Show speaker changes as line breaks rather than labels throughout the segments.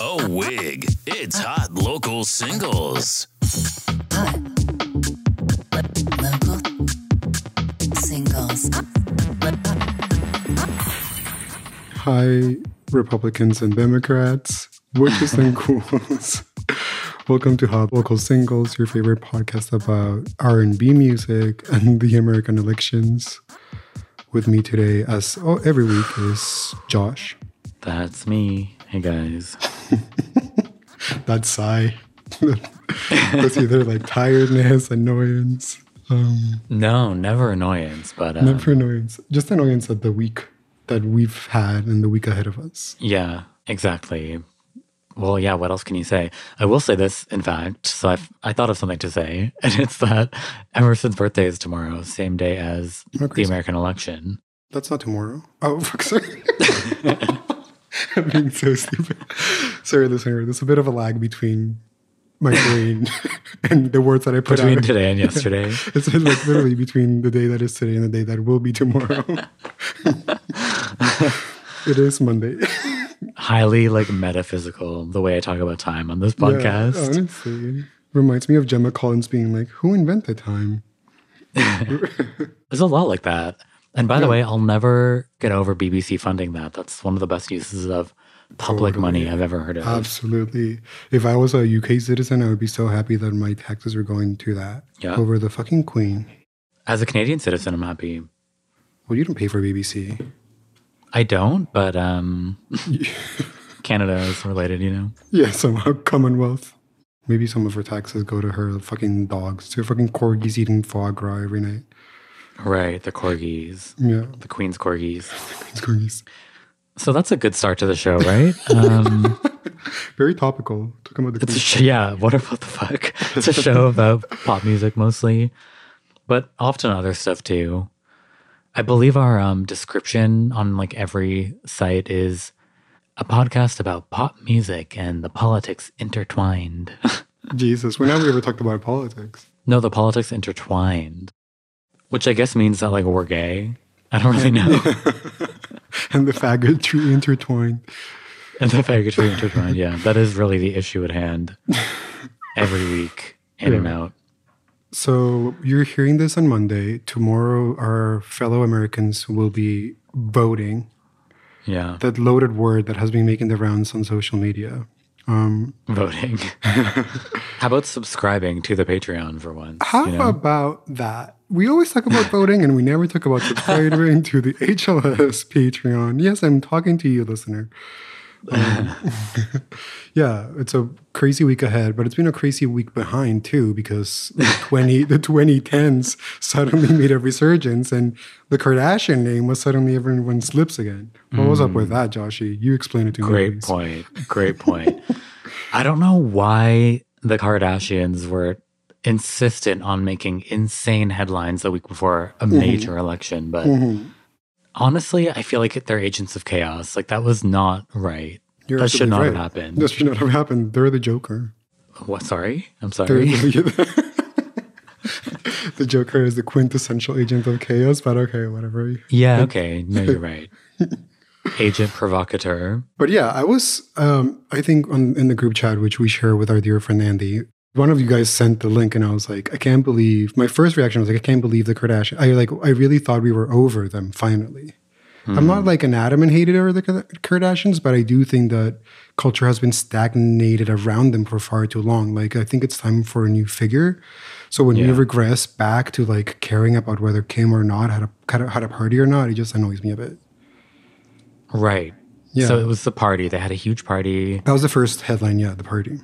Oh, wig. It's hot local singles.
Hot lo- local singles.
Hi, Republicans and Democrats, witches and ghouls. Welcome to Hot Local Singles, your favorite podcast about R&B music and the American elections. With me today, as oh, every week, is Josh.
That's me. Hey guys.
That sigh. That's either like tiredness, annoyance, um,
No, never annoyance, but um,
never annoyance, just annoyance at the week that we've had and the week ahead of us.
yeah, exactly. Well, yeah, what else can you say? I will say this, in fact. So I've, I thought of something to say, and it's that Emerson's birthday is tomorrow, same day as
Okay.
the American election.
That's not tomorrow. Oh, fuck, sorry. I'm being so stupid. Sorry, listener. There's a bit of a lag between my brain and the words that I put
Between
out.
today and yesterday.
It's like literally between the day that is today and the day that will be tomorrow. it is Monday.
Highly like metaphysical, the way I talk about time on this podcast.
Yeah, honestly. Reminds me of Gemma Collins being like, who invented time?
There's a lot like that. And by the way, I'll never get over BBC funding that. That's one of the best uses of public money I've ever heard of.
Absolutely. If I was a UK citizen, I would be so happy that my taxes were going to that
Yeah.
over the fucking Queen.
As a Canadian citizen, I'm happy.
Well, you don't pay for BBC.
I don't, but um, Canada is related, you know?
Yeah, somehow Commonwealth. Maybe some of her taxes go to her fucking dogs, to her fucking corgis eating foie gras every night.
Right, the corgis,
Yeah,
the Queen's corgis.
it's corgis.
So that's a good start to the show, right? Um,
Very topical. Talking about the
it's a
Queen.
sh- yeah, what about the fuck? It's a show about pop music mostly, but often other stuff too. I believe our um, description on like every site is a podcast about pop music and the politics intertwined.
Jesus. When have we ever talked about politics?
No, the politics intertwined, which I guess means that like we're gay. I don't really know.
And the faggot tree intertwined.
and the faggotry intertwined. Yeah, that is really the issue at hand. Every week, in and out.
So you're hearing this on Monday. Tomorrow, our fellow Americans will be voting.
Yeah,
That loaded word that has been making the rounds on social media.
voting. How about subscribing to the Patreon for once?
How
you know?
about that? We always talk about voting and we never talk about subscribing to the HLS Patreon. Yes, I'm talking to you, listener. Um, yeah, it's a crazy week ahead, but it's been a crazy week behind too because the 20 the 2010s suddenly made a resurgence and the Kardashian name was suddenly everyone's lips again. What was up with that, Joshi? You explain it to me.
Mm. Great
please.
point. Great point. I don't know why the Kardashians were insistent on making insane headlines the week before
Mm-hmm.
a major election, but honestly, I feel like they're agents of chaos. Like that was not right.
You're
that should
absolutely
not have
right.
happened.
That should not have happened. They're the Joker.
What? Sorry, I'm
They're
sorry.
the, the Joker is the quintessential agent of chaos, but okay, whatever.
Yeah. Okay. No, you're right. Agent provocateur.
But yeah, I was, um, I think, on, in the group chat, which we share with our dear friend Andy, one of you guys sent the link, and I was like, I can't believe. My first reaction was like, I can't believe the Kardashian. I like, I really thought we were over them finally. I'm
Hmm.
not like an adamant hater of the Kar- Kardashians, but I do think that culture has been stagnated around them for far too long. Like, I think it's time for a new figure. So when we
Yeah.
regress back to like caring about whether Kim or not had a had a party or not, it just annoys me a bit.
Right.
Yeah.
So it was the party. They had a huge party.
That was the first headline. Yeah, the party.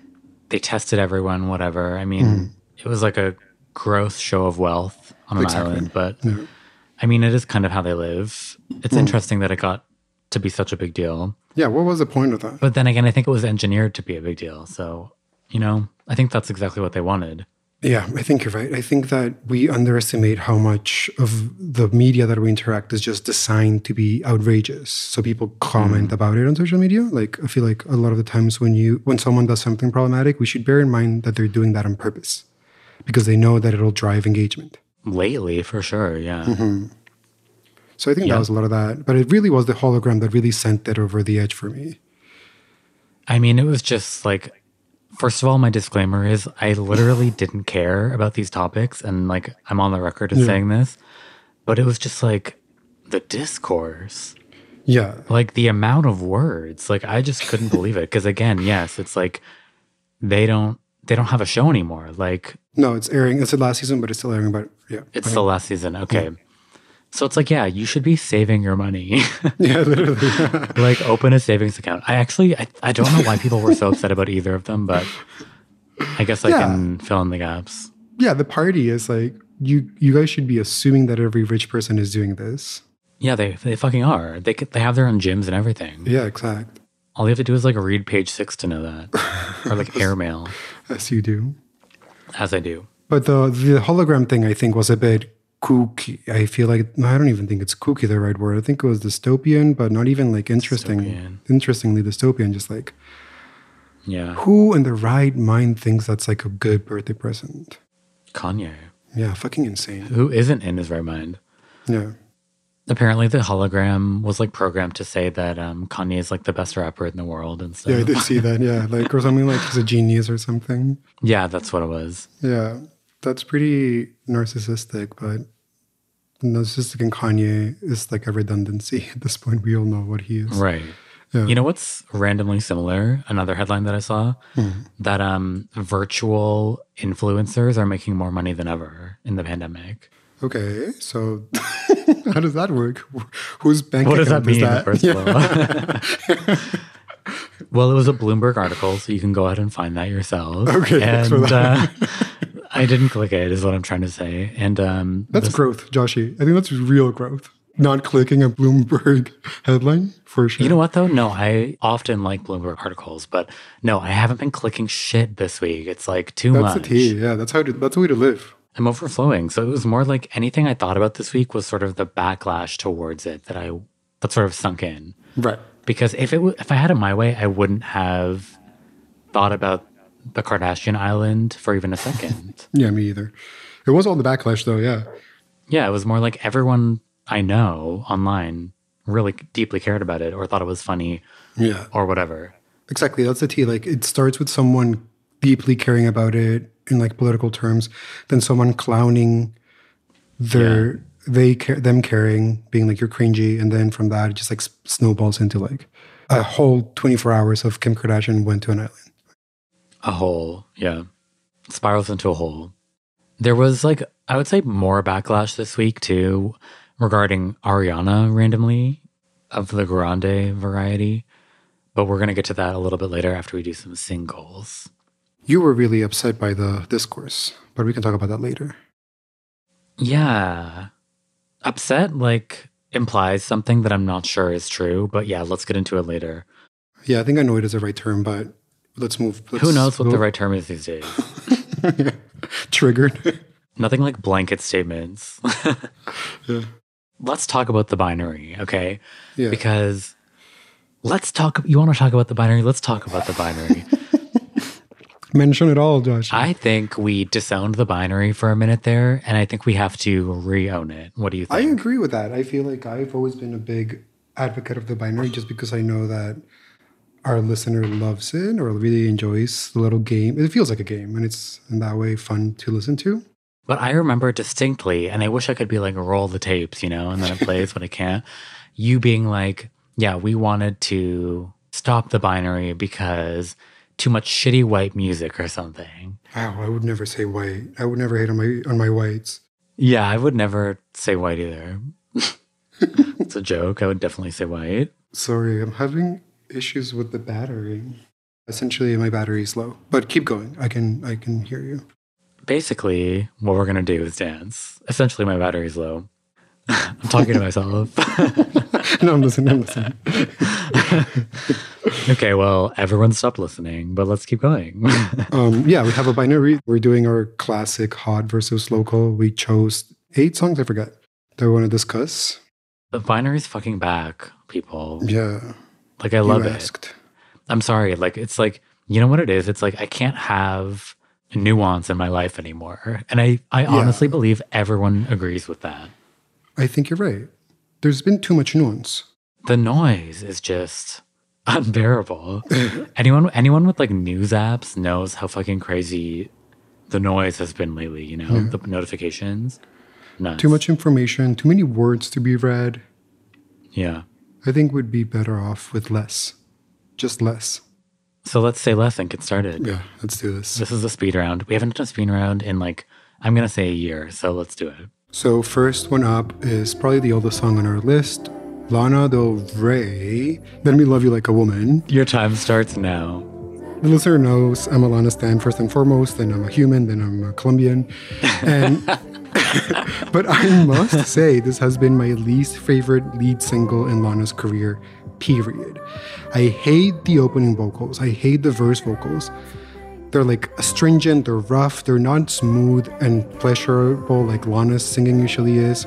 They tested everyone. Whatever. I mean,
Mm-hmm.
it was like a gross show of wealth on an
Exactly.
island. But I mean, it is kind of how they live. It's
Mm-hmm.
interesting that it got to be such a big deal.
Yeah, what was the point of that?
But then again, I think it was engineered to be a big deal. So you know, I think that's exactly what they wanted.
Yeah, I think you're right. I think that we underestimate how much of the media that we interact is just designed to be outrageous. So people comment about it on social media. Like I feel like a lot of the times when you when someone does something problematic, we should bear in mind that they're doing that on purpose because they know that it'll drive engagement.
Lately, for sure. Yeah.
So I think
Yeah.
that was a lot of that. But it really was the hologram that really sent it over the edge for me.
I mean, it was just like, first of all, my disclaimer is I literally didn't care about these topics. And like, I'm on the record as saying this, but it was just like the discourse,
Yeah.
like the amount of words. Like, I just couldn't believe it. Cause again, yes, it's like they don't. They don't have a show anymore. Like
No, it's airing. It's the last season, but it's still airing. But yeah,
it's the last season. Okay. So it's like, yeah, you should be saving your money.
yeah, literally.
like open a savings account. I actually I, I don't know why people were so upset about either of them, but I guess I
Yeah.
can fill in the gaps.
yeah, the party is like you. You guys should be assuming that every rich person is doing this.
Yeah, they they fucking are. They could, they have their own gyms and everything.
Yeah, exact.
All you have to do is like read page six to know that, or like airmail,
As you do.
as I do.
But the the hologram thing, I think, was a bit kooky. I feel like no, I don't even think it's kooky the right word. I think it was dystopian, but not even like interesting.
Dystopian.
Interestingly dystopian, just like
Yeah,
who in their right mind thinks that's like a good birthday present?
Kanye,
Yeah, fucking insane.
who isn't in his right mind.
Yeah.
Apparently, the hologram was like programmed to say that um, Kanye is like the best rapper in the world and stuff.
Yeah, I
Yeah,
did see that. Yeah, like or something like he's a genius or something.
that's what it was.
Yeah, that's pretty narcissistic, but narcissistic and Kanye is like a redundancy at this point. We all know what he is.
Right.
Yeah.
You know what's randomly similar? Another headline that I saw
Hmm.
that um, virtual influencers are making more money than ever in the pandemic.
Okay, so how does that work? Who's bank
What does
account
that mean?
is that?
First
Yeah.
of all, well, it was a Bloomberg article, so you can go ahead and find that yourself.
Okay, thanks
and
for that.
Uh, I didn't click it, is what I'm trying to say. And um,
That's growth, Joshi. I think that's real growth. Not clicking a Bloomberg headline for sure.
You know what though? No, I often like Bloomberg articles, but no, I haven't been clicking shit this week. It's like too
that's the
much.
tea. Yeah, that's how. To, that's the way to live.
I'm overflowing. So it was more like anything I thought about this week was sort of the backlash towards it that I that sort of sunk in.
Right.
Because if it w- if I had it my way, I wouldn't have thought about the Kardashian island for even a second.
Yeah, me either. It was all the backlash though. Yeah.
yeah, it was more like everyone I know online really deeply cared about it or thought it was funny
Yeah.
or whatever.
Exactly. That's the tea. Like it starts with someone deeply caring about it in like political terms, then someone clowning their they care them caring, being like you're cringy, and then from that it just like s- snowballs into like a whole 24 hours of Kim Kardashian went to an island.
A hole, yeah. Spirals into a hole. There was like I would say more backlash this week too regarding Ariana randomly of the Grande variety. But we're gonna get to that a little bit later after we do some singles.
You were really upset by the discourse, but we can talk about that later.
Yeah. Upset like implies something that I'm not sure is true, but yeah, let's get into it later.
Yeah, I think I know it is the right term, but let's move. Let's
Who knows what
go-
the right term is these days?
Yeah. Triggered.
Nothing like blanket statements.
Yeah.
Let's talk about the binary, okay?
yeah.
because let's talk you want to talk about the binary let's talk about the binary
Mention it all, Josh.
i think we disowned the binary for a minute there and i think we have to re-own it what do you
I
think
agree with that. I feel like I've always been a big advocate of the binary just because I know that our listener loves it or really enjoys the little game. It feels like a game and it's in that way fun to listen to.
but i remember distinctly and i wish i could be like roll the tapes you know and then it plays when it can't you being like yeah we wanted to stop the binary because too much shitty white music or something
Wow, I would never say white. I would never hate on my on my whites.
yeah i would never say white either it's a joke i would definitely say white
Sorry, I'm having issues with the battery. Essentially my battery is low. But keep going. I can I can hear you.
basically what we're gonna do is dance essentially my battery's low i'm talking to myself
no, I'm listening, I'm listening.
okay well everyone stop listening but let's keep going
Um, yeah, we have a binary. We're doing our classic hot versus local. We chose eight songs, I forgot, that we want to discuss.
the binary's fucking back people
Yeah.
like i love
you
it
asked.
i'm sorry like it's like you know what it is it's like i can't have nuance in my life anymore and i i honestly believe everyone agrees with that
I think you're right. There's been too much nuance.
the noise is just unbearable. anyone anyone with like news apps knows how fucking crazy the noise has been lately, you know, the notifications. Nuts.
Too much information, too many words to be read.
Yeah.
I think we'd be better off with less. Just less.
So let's say less and get started.
Yeah, let's do this.
This is a speed round. We haven't done a speed round in like I'm gonna say a year, so let's do it.
So first one up is probably the oldest song on our list, Lana Del Rey. Let me love you like a woman.
Your time starts now.
The listener knows I'm a Lana Stan first and foremost, then I'm a human, then I'm a Colombian. And but I must say this has been my least favorite lead single in Lana's career, period. I hate the opening vocals. I hate the verse vocals. They're like astringent, they're rough, they're not smooth and pleasurable like Lana's singing usually is.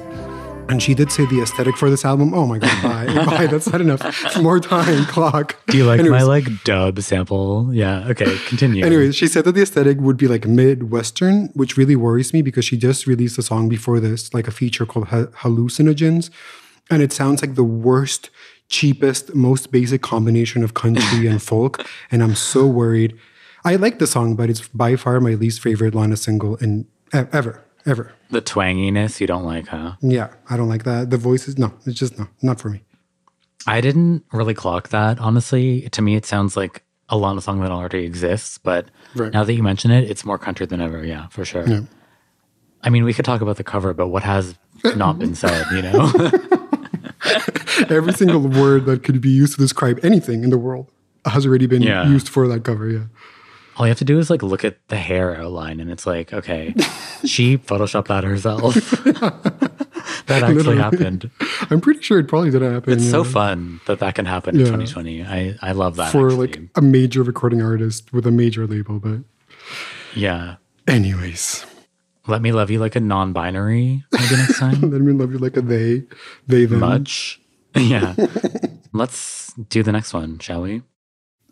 And she did say the aesthetic for this album. Oh my god, bye. bye. That's not enough. More time, clock.
Do you like my
Anyways.
like dub sample? Yeah. Okay. Continue.
Anyways, she said that the aesthetic would be like Midwestern, which really worries me because she just released a song before this, like a feature called Ha- Hallucinogens. And it sounds like the worst, cheapest, most basic combination of country and folk. And I'm so worried. I like the song, but it's by far my least favorite Lana single in e- ever, ever.
the twanginess you don't like, huh?
Yeah, I don't like that. The voice is no, it's just no, not for me.
I didn't really clock that, honestly. To me, it sounds like a Lana song that already exists, but
Right.
now that you mention it, it's more country than ever. Yeah, for sure. I mean, we could talk about the cover, but what has not been said, you know?
Every single word that could be used to describe anything in the world has already been
Yeah.
used for that cover. Yeah.
All you have to do is like look at the hair outline, and it's like, okay, she photoshopped that herself. that actually
Literally.
happened.
I'm pretty sure it probably did happen.
It's
yeah.
so fun that that can happen in
Yeah.
2020. I, I love that.
for
actually.
like a major recording artist with a major label. But
yeah.
anyways,
Let me love you like a non binary maybe next time.
let me love you like a they, they them.
much. Yeah. Let's do the next one, shall we?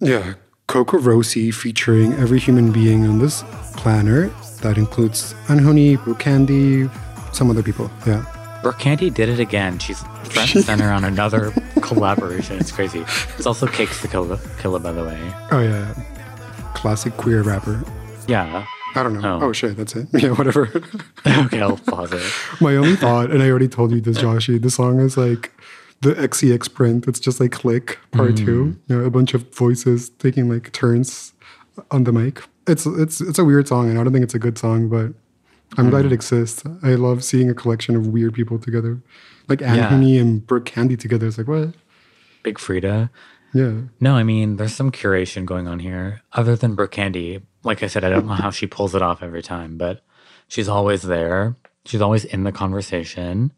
Yeah, Coco Rossi featuring every human being on this planet. That includes Anhony, Brooke Candy, some other people. Yeah,
Brooke Candy did it again. She's front and center on another collaboration. It's crazy. It's also Cakes the Killer, Killer, by the way.
oh yeah, classic queer rapper.
Yeah.
I don't know.
Oh.
Oh, shit, that's it. Yeah, whatever.
Okay, I'll pause it.
My only thought, and I already told you this, Joshi. The song is like the XEX print. It's just like click part two. You know, a bunch of voices taking like turns on the mic. It's it's it's a weird song, and I don't think it's a good song, but I'm glad it exists. I love seeing a collection of weird people together, like Anthony and Brooke Candy together. It's like what?
Big Frida.
Yeah,
No, I mean, there's some curation going on here. Other than Brooke Candy, like I said, I don't know how she pulls it off every time, but she's always there. She's always in the conversation.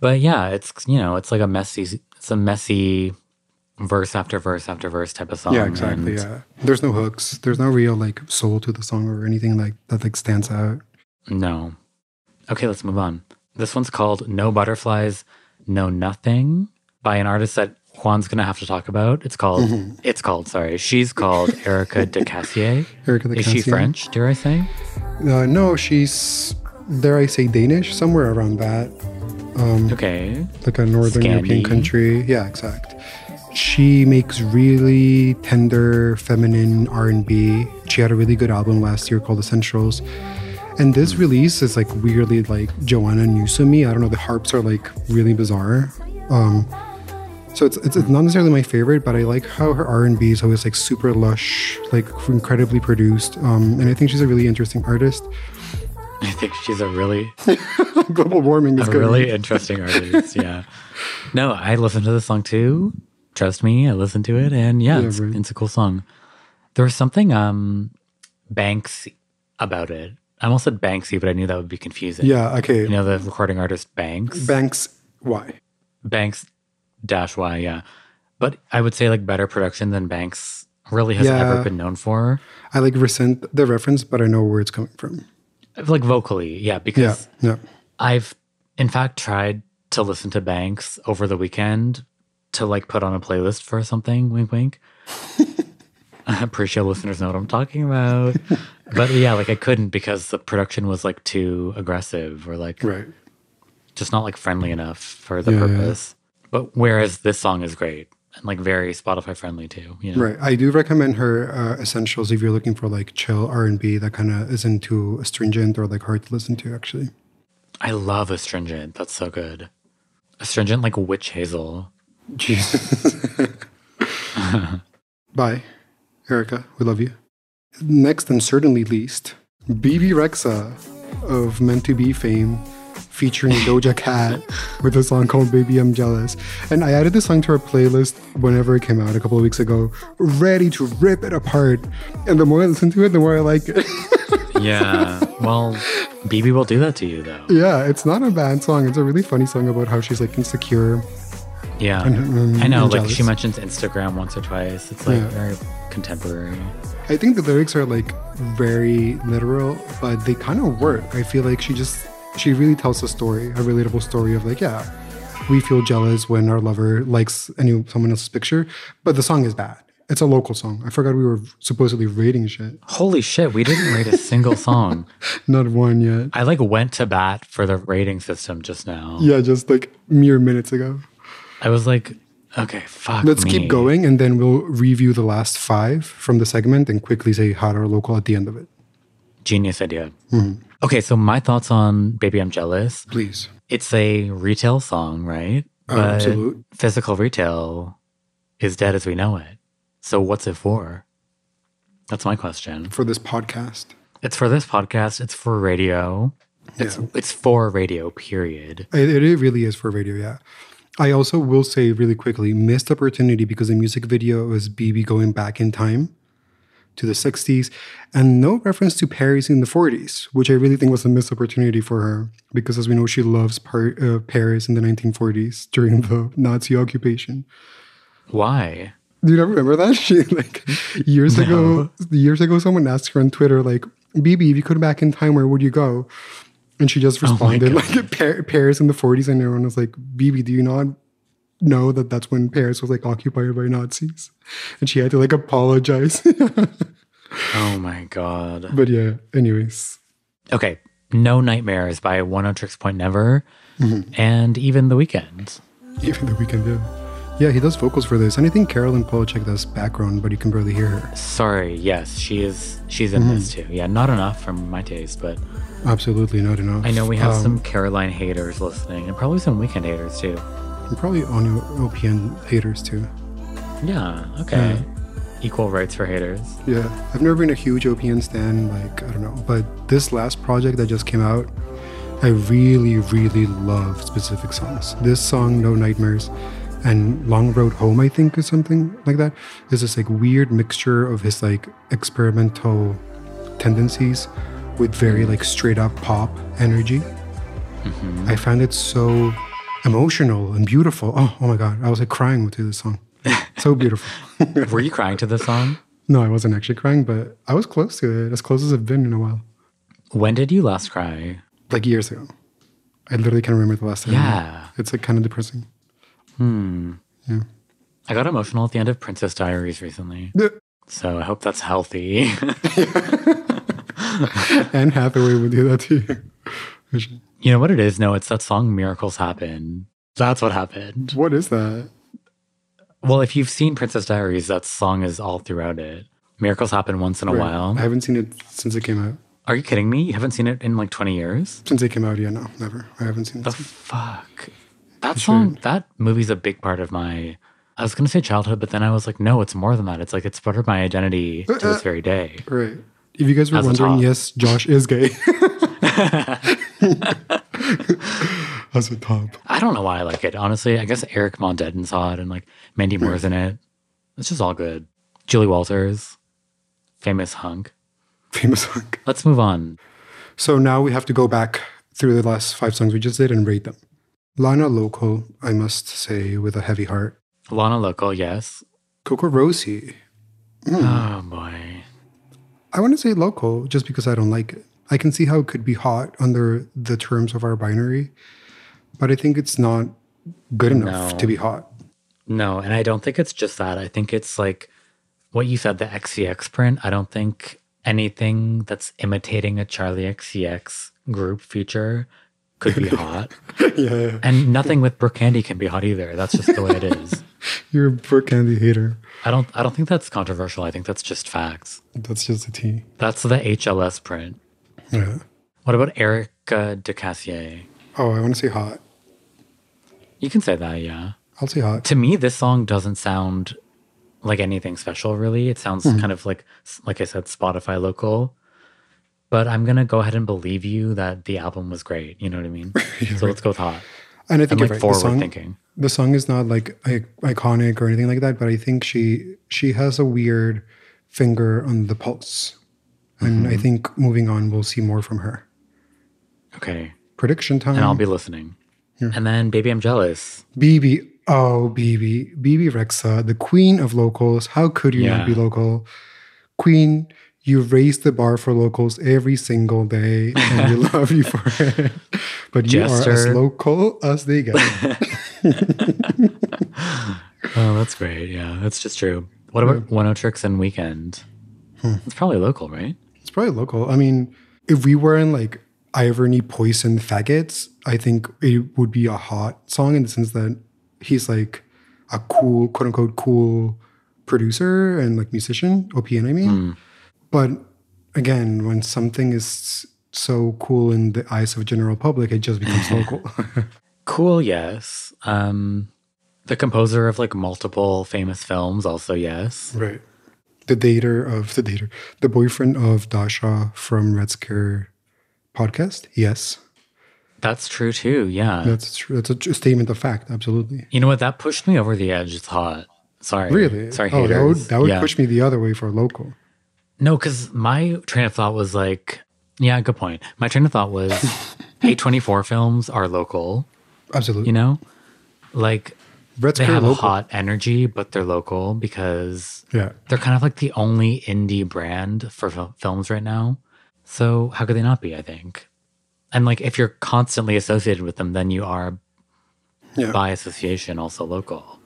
But yeah, it's you know, it's like a messy, it's a messy verse after verse after verse type of song.
yeah, exactly.
and-
Yeah, there's no hooks. There's no real like soul to the song or anything like that like stands out.
No. Okay, let's move on. This one's called No Butterflies, No Nothing by an artist that Juan's gonna have to talk about. It's called
Mm-hmm.
it's called, sorry. She's called Erica DeCassier.
Erica the
Is she
Cassian.
French, dare I say?
Uh, no, she's dare I say Danish, somewhere around that, Mm.
Okay.
like a northern European
Scandi.
country. Yeah, exact. She makes really tender, feminine R and B. She had a really good album last year called Essentials, and this release is like weirdly like Joanna Newsomy. I don't know. The harps are like really bizarre. Um, so it's, it's it's not necessarily my favorite, but I like how her R and B is always like super lush, like incredibly produced. Um, and I think she's a really interesting artist.
I think she's a really
Global warming is
a
good.
Oh, really interesting artist. Yeah. No, I listened to this song too. Trust me, I listened to it and yeah, it's,
right.
it's a cool song. There was something um Banks about it. I almost said Banksy, but I knew that would be confusing.
Yeah. Okay.
You know the recording artist Banks?
Banks. Why?
Banks dash Y, yeah. But I would say like better production than Banks really has ever
Yeah.
been known for.
I like resent the reference, but I know where it's coming from.
Like vocally, yeah,
Yeah.
because
Yeah.
I've in fact tried to listen to Banks over the weekend to like put on a playlist for something, wink wink. I'm pretty sure listeners know what I'm talking about. but yeah, like I couldn't because the production was like too aggressive or like
Right.
just not like friendly enough for the
Yeah, yeah.
purpose. But whereas this song is great, and like very Spotify friendly too. You know?
Right. I do recommend her uh, essentials if you're looking for like chill R and B that kind of isn't too astringent or like hard to listen to. Actually,
I love astringent. That's so good. Astringent like witch hazel.
Jesus. Bye, Erica. We love you. Next and certainly least, BB Rexa of Meant to Be fame featuring Doja Cat with a song called Baby I'm Jealous. And I added this song to our playlist whenever it came out a couple of weeks ago, ready to rip it apart. And the more I listen to it, the more I like it.
Yeah. well, BB will do that to you though.
yeah, it's not a bad song. It's a really funny song about how she's like insecure.
Yeah.
I'm-
I know.
um, I'm
Like she
jealous.
mentions Instagram once or twice. It's like
Yeah.
very contemporary.
I think the lyrics are like very literal, but they kind of work. I feel like she just she really tells a story, a relatable story of like, yeah, we feel jealous when our lover likes any someone else's picture, but the song is bad. It's a local song. I forgot we were supposedly rating shit.
Holy shit, we didn't rate a single song.
Not one yet.
I like went to bat for the rating system just now.
Yeah, just like mere minutes ago.
I was like, okay, fuck.
Let's
me.
keep going and then we'll review the last five from the segment and quickly say hot or local at the end of it.
Genius idea. Okay, so my thoughts on Baby I'm Jealous.
Please.
It's a retail song, right? But
absolute.
Physical retail is dead as we know it. So what's it for? That's my question.
For this podcast.
It's for this podcast, it's for radio. It's
Yeah.
it's for radio, period.
It, it, it really is for radio, yeah. I also will say really quickly missed opportunity because the music video is BB going back in time to the 60s and no reference to Paris in the 40s, which I really think was a missed opportunity for her because, as we know, she loves par- uh, Paris in the 1940s during the Nazi occupation.
Why?
Do you not remember that? She like years ago. Years ago, someone asked her on Twitter, like, "BB, if you could back in time, where would you go?" And she
Oh
just responded, like, "Pa- "Paris in the '40s." And everyone was like, "BB, do you not know that that's when Paris was like occupied by Nazis?" And she had to like apologize.
Oh my god.
but yeah, anyways,
okay, No Nightmares by One on Tricks Point Never, and even The Weeknd.
even the weekend, yeah, yeah, he does vocals for this, and I think Carolyn Polachek does background, but you can barely hear her.
Sorry, yes, she is. She's in this too. Yeah, not enough from my taste, but
Absolutely not enough.
I know we have
Um,
some Caroline haters listening, and probably some Weekend haters too.
and Um, probably on OPN haters too.
Yeah, okay. Equal rights for haters.
Yeah, I've never been a huge OPN stan, like, I don't know. But this last project that just came out, I really, really love specific songs. This song, No Nightmares, and Long Road Home, I think, is something like that, is this like weird mixture of his like experimental tendencies with very like straight up pop energy. I found it so emotional and beautiful. Oh, oh my God. I was like crying to this song. So beautiful.
Were you crying to this song?
No, I wasn't actually crying, but I was close to it, as close as I've been in a while.
When did you last cry?
Like years ago. I literally can't remember the last time.
Yeah.
It's like kind of depressing.
I got emotional at the end of Princess Diaries recently.
Yeah.
So I hope that's healthy.
Anne Hathaway would do that to you. Actually,
you know what it is? No, it's that song Miracles Happen. That's what happened.
What is that?
Well, if you've seen Princess Diaries, that song is all throughout it. Miracles happen once in a
Right. I
while.
haven't seen it since it came out.
Are you kidding me? You haven't seen it in like 20 years?
Since it came out, yeah, no, never. I haven't seen
The
it.
fuck? That song, that movie's a big part of my. I was going to say childhood, but then I was like, no, it's more than that. It's like, it's part of my identity to this very day.
Right. If you guys were
As a
wondering,
top.
yes, Josh is gay. As a top.
I don't know why I like it, honestly. I guess Eric Von Detten saw it and like Mandy Moore's in it. It's just all good. Julie Walters, famous hunk.
Famous song.
Let's move on.
So now we have to go back through the last five songs we just did and rate them. Lana Local, I must say, with a heavy heart.
Lana Local, yes.
Coco Rosie,
Oh boy.
I want to say local just because I don't like it. I can see how it could be hot under the terms of our binary, but I think it's not good enough
No.
to be hot.
No, and I don't think it's just that. I think it's like what you said, the XCX print. I don't think anything that's imitating a Charlie XCX group E feature could be hot.
yeah,
And nothing with Brooke Candy can be hot either. That's just the way it is.
you're a Brooke Candy hater.
I don't I don't think that's controversial. I think that's just facts.
That's just a T.
That's the HLS print.
Yeah.
What about Erica DeCassier?
Oh, I want to say hot.
You can say that, yeah.
I'll say hot.
To me, this song doesn't sound like anything special, really. It sounds kind of like, like I said, Spotify local. But I'm gonna go ahead and believe you that the album was great. You know what I mean? so let's go with hot.
And I think
I'm
you're
like
right. The
forward
song,
thinking.
the song is not like I- iconic or anything like that, but I think she she has a weird finger on the pulse, and
Mm-hmm.
I think moving on we'll see more from her.
Okay,
Prediction time.
and I'll be listening. And then, baby, I'm jealous.
BB. Oh, BB. BB Rexa, the queen of locals. How could you
Yeah.
not be local? Queen, you raise the bar for locals every single day, and we love you for it. But you are as
Jester.
local as they get.
Oh, that's great. Yeah, that's just true. What about One O Tricks and Weekend? It's probably local, right?
It's probably local. I mean, if we were in like Irony Poison Faggots, I think it would be a hot song in the sense that he's like a cool, quote unquote, cool producer and like musician, OPN, I mean. But again, when something is so cool in the eyes of general public, it just becomes local.
Cool, yes. Um, the composer of like multiple famous films, also yes.
right. The dater of the dater, the boyfriend of Dasha from Red Scare podcast. Yes.
That's true too. Yeah.
That's true. That's a tr- statement of fact. Absolutely.
You know what? That pushed me over the edge. It's hot. Sorry.
Really?
Sorry,
oh,
haters.
that would that would
yeah.
push me the other way for local.
No, because my train of thought was like, yeah, good point. My train of thought was, A24 films are local.
Absolutely.
You know, like
Brett's
they
Curry
have
local.
hot energy, but they're local because
Yeah.
they're kind of like the only indie brand for fil- films right now. So how could they not be? I think, and like if you're constantly associated with them, then you are
Yeah.
by association also local.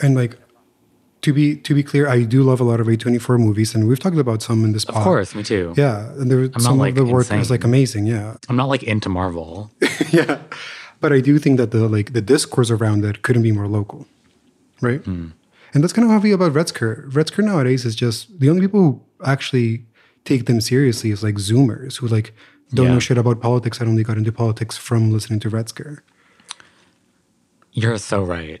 And like to be to be clear, I do love a lot of A24 movies and we've talked about some in this
Of course, me too.
Uh, Yeah. And there some of
like,
the work is
insane.
like amazing, yeah.
I'm not like into Marvel.
yeah. But I do think that the like the discourse around that couldn't be more local. Right?
Hmm.
And that's kind of how I feel about Retzker. Retzker nowadays is just the only people who actually take them seriously is like Zoomers who like don't
Yeah.
know shit about politics. I only got into politics from listening to Retzker.
You're so right.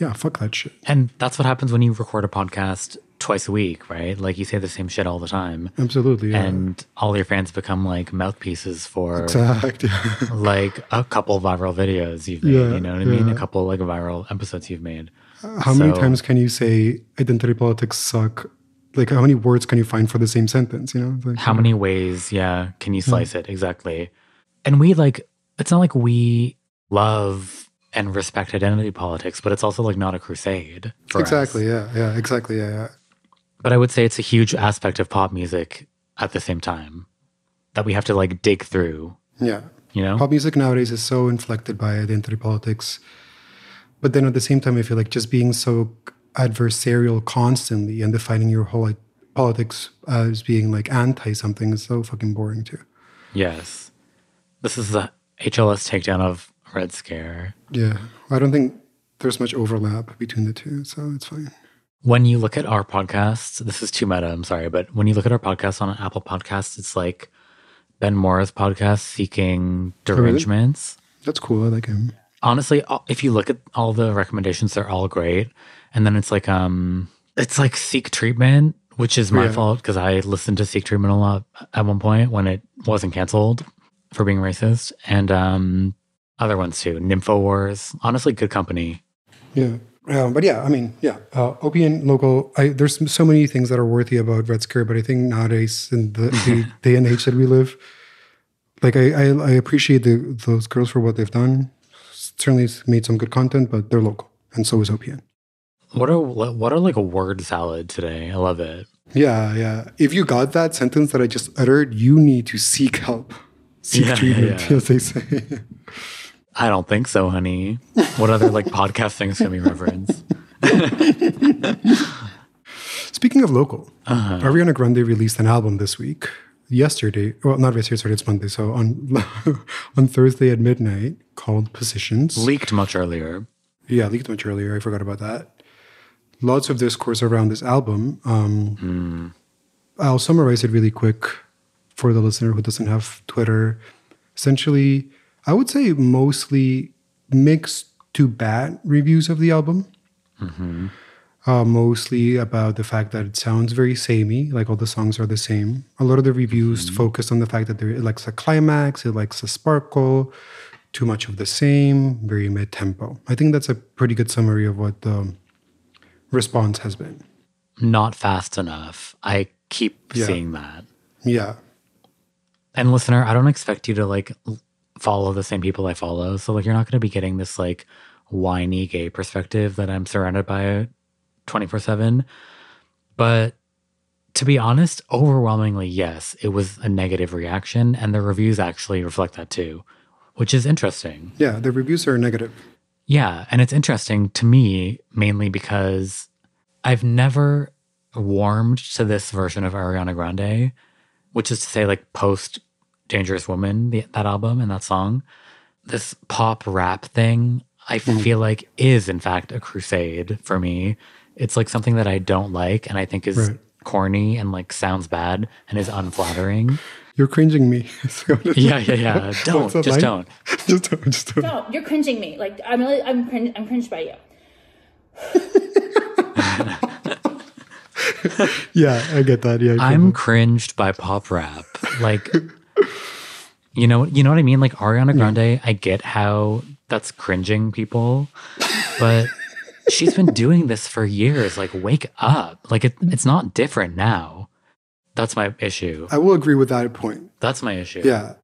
Yeah, fuck that shit.
And that's what happens when you record a podcast twice a week, right? Like you say the same shit all the time.
Absolutely. Yeah.
And all your fans become like mouthpieces for
Exact, yeah.
like a couple viral videos you've made.
Yeah,
you know what I mean?
yeah.
A couple like viral episodes you've made.
How many
So-
times can you say identity politics suck? Like, how many words can you find for the same sentence? You know, It's like,
How many ways, yeah, can you slice
Hmm.
it? Exactly. And we like, it's not like we love and respect identity politics, but it's also like not a crusade. For us.
exactly. Yeah, yeah, exactly. Yeah, yeah.
but I would say it's a huge aspect of pop music at the same time that we have to like dig through,
yeah.
you know?
Pop music nowadays is so inflected by identity politics, but then at the same time, I feel like just being so adversarial constantly and defining your whole like, politics as being like anti something is so fucking boring too.
Yes. This is the HLS takedown of Red Scare.
Yeah, I don't think there's much overlap between the two, so it's fine.
When you look at our podcasts, this is too meta, I'm sorry, but when you look at our podcast on Apple Podcasts, it's like Ben Moore's podcast, Seeking Derangements.
That's cool. I like him.
honestly all- if you look at all the recommendations they're all great and then it's like um it's like seek treatment which is my
Yeah.
fault because i listened to seek treatment a lot at one point when it wasn't canceled for being racist and um other ones too nympho wars honestly good company
Yeah. Um, but yeah, I mean, yeah, uh, OPN local. I, there's m- so many things that are worthy about Red Scare, but I think nowadays in the, the day and age that we live, like I, I, I appreciate the, those girls for what they've done. Certainly s- made some good content, but they're local, and so is OPN.
what are what are like a word salad today i love it
Yeah, yeah. If you got that sentence that I just uttered, you need to seek help, seek
Yeah,
treatment,
yeah.
as they say.
i don't think so honey what other like podcast things can we reference
Speaking of local, Ariana Grande released an album this week. yesterday. Well, not yesterday. It's Monday. So on on Thursday at midnight, called Positions.
Leaked much earlier.
Yeah, leaked much earlier. I forgot about that. Lots of discourse around this album. Um, I'll summarize it really quick for the listener who doesn't have Twitter. Essentially, I would say mostly mixed to bad reviews of the album. Uh, mostly about the fact that it sounds very samey, like all the songs are the same. A lot of the reviews
Mm-hmm.
focused on the fact that there, it lacks a climax, it lacks a sparkle, too much of the same, very mid tempo. I think that's a pretty good summary of what the response has been.
Not fast enough. I keep
Yeah.
seeing that.
Yeah.
And listener, I don't expect you to like l- follow the same people I follow. So like you're not going to be getting this like whiny gay perspective that I'm surrounded by 24/7. But to be honest, overwhelmingly yes, it was a negative reaction and the reviews actually reflect that too, which is interesting.
Yeah. The reviews are negative.
Yeah, and it's interesting to me mainly because I've never warmed to this version of Ariana Grande, which is to say, like post Dangerous Woman, the, that album and that song. This pop rap thing, I feel like is in fact a crusade for me. It's like something that I don't like and I think is
Right.
corny and like sounds bad and is unflattering.
You're cringing me. So-
yeah, yeah, yeah. Don't,
that
just
line?
don't.
just don't. Just don't.
No, you're cringing me. Like I'm, really, I'm, cring- I'm cringed by you.
Yeah. I get that. Yeah. I feel
I'm
that.
cringed by pop rap. Like, you know, you know what I mean. Like Ariana Grande, I get how that's cringing people, but she's been doing this for years. Like, wake up! Like, it, it's not different now. That's my issue.
I will agree with that point.
That's my issue.
Yeah.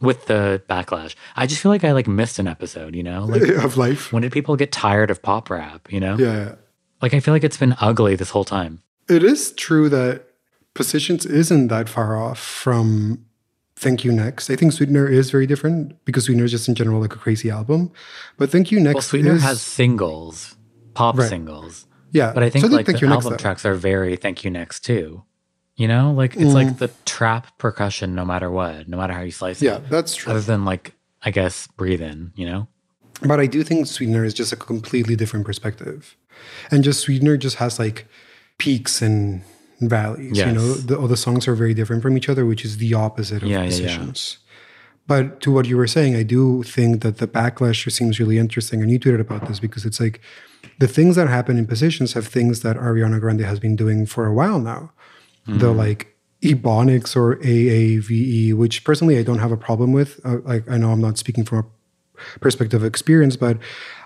With the backlash, I just feel like I like missed an episode. You know, like
of life.
when did people get tired of pop rap? You know,
Yeah.
like I feel like it's been ugly this whole time.
It is true that Positions isn't that far off from Thank You Next. I think Sweetener is very different because Sweetener is just in general like a crazy album. But Thank You Next
Well, Sweetener
is-
has singles, pop
Right.
singles.
yeah.
But I think
Uh, so
like the album
though.
tracks are very thank you next too. You know, like it's like the trap percussion no matter what, no matter how you slice
Mm. Yeah,
it.
that's true.
Other than like I guess breathe in, you know?
But I do think Sweetener is just a completely different perspective. And just Sweetener just has like peaks and valleys. You
Yes.
know, the, all the songs are very different from each other, which is the opposite of
Yeah, yeah, yeah.
positions. But to what you were saying, I do think that the backlash seems really interesting. And you tweeted about this because it's like the things that happen in positions have things that Ariana Grande has been doing for a while now.
Mm-hmm.
The like ebonics or AAVE, E, which personally I don't have a problem with. Uh, like I know I'm not speaking from a perspective of experience, but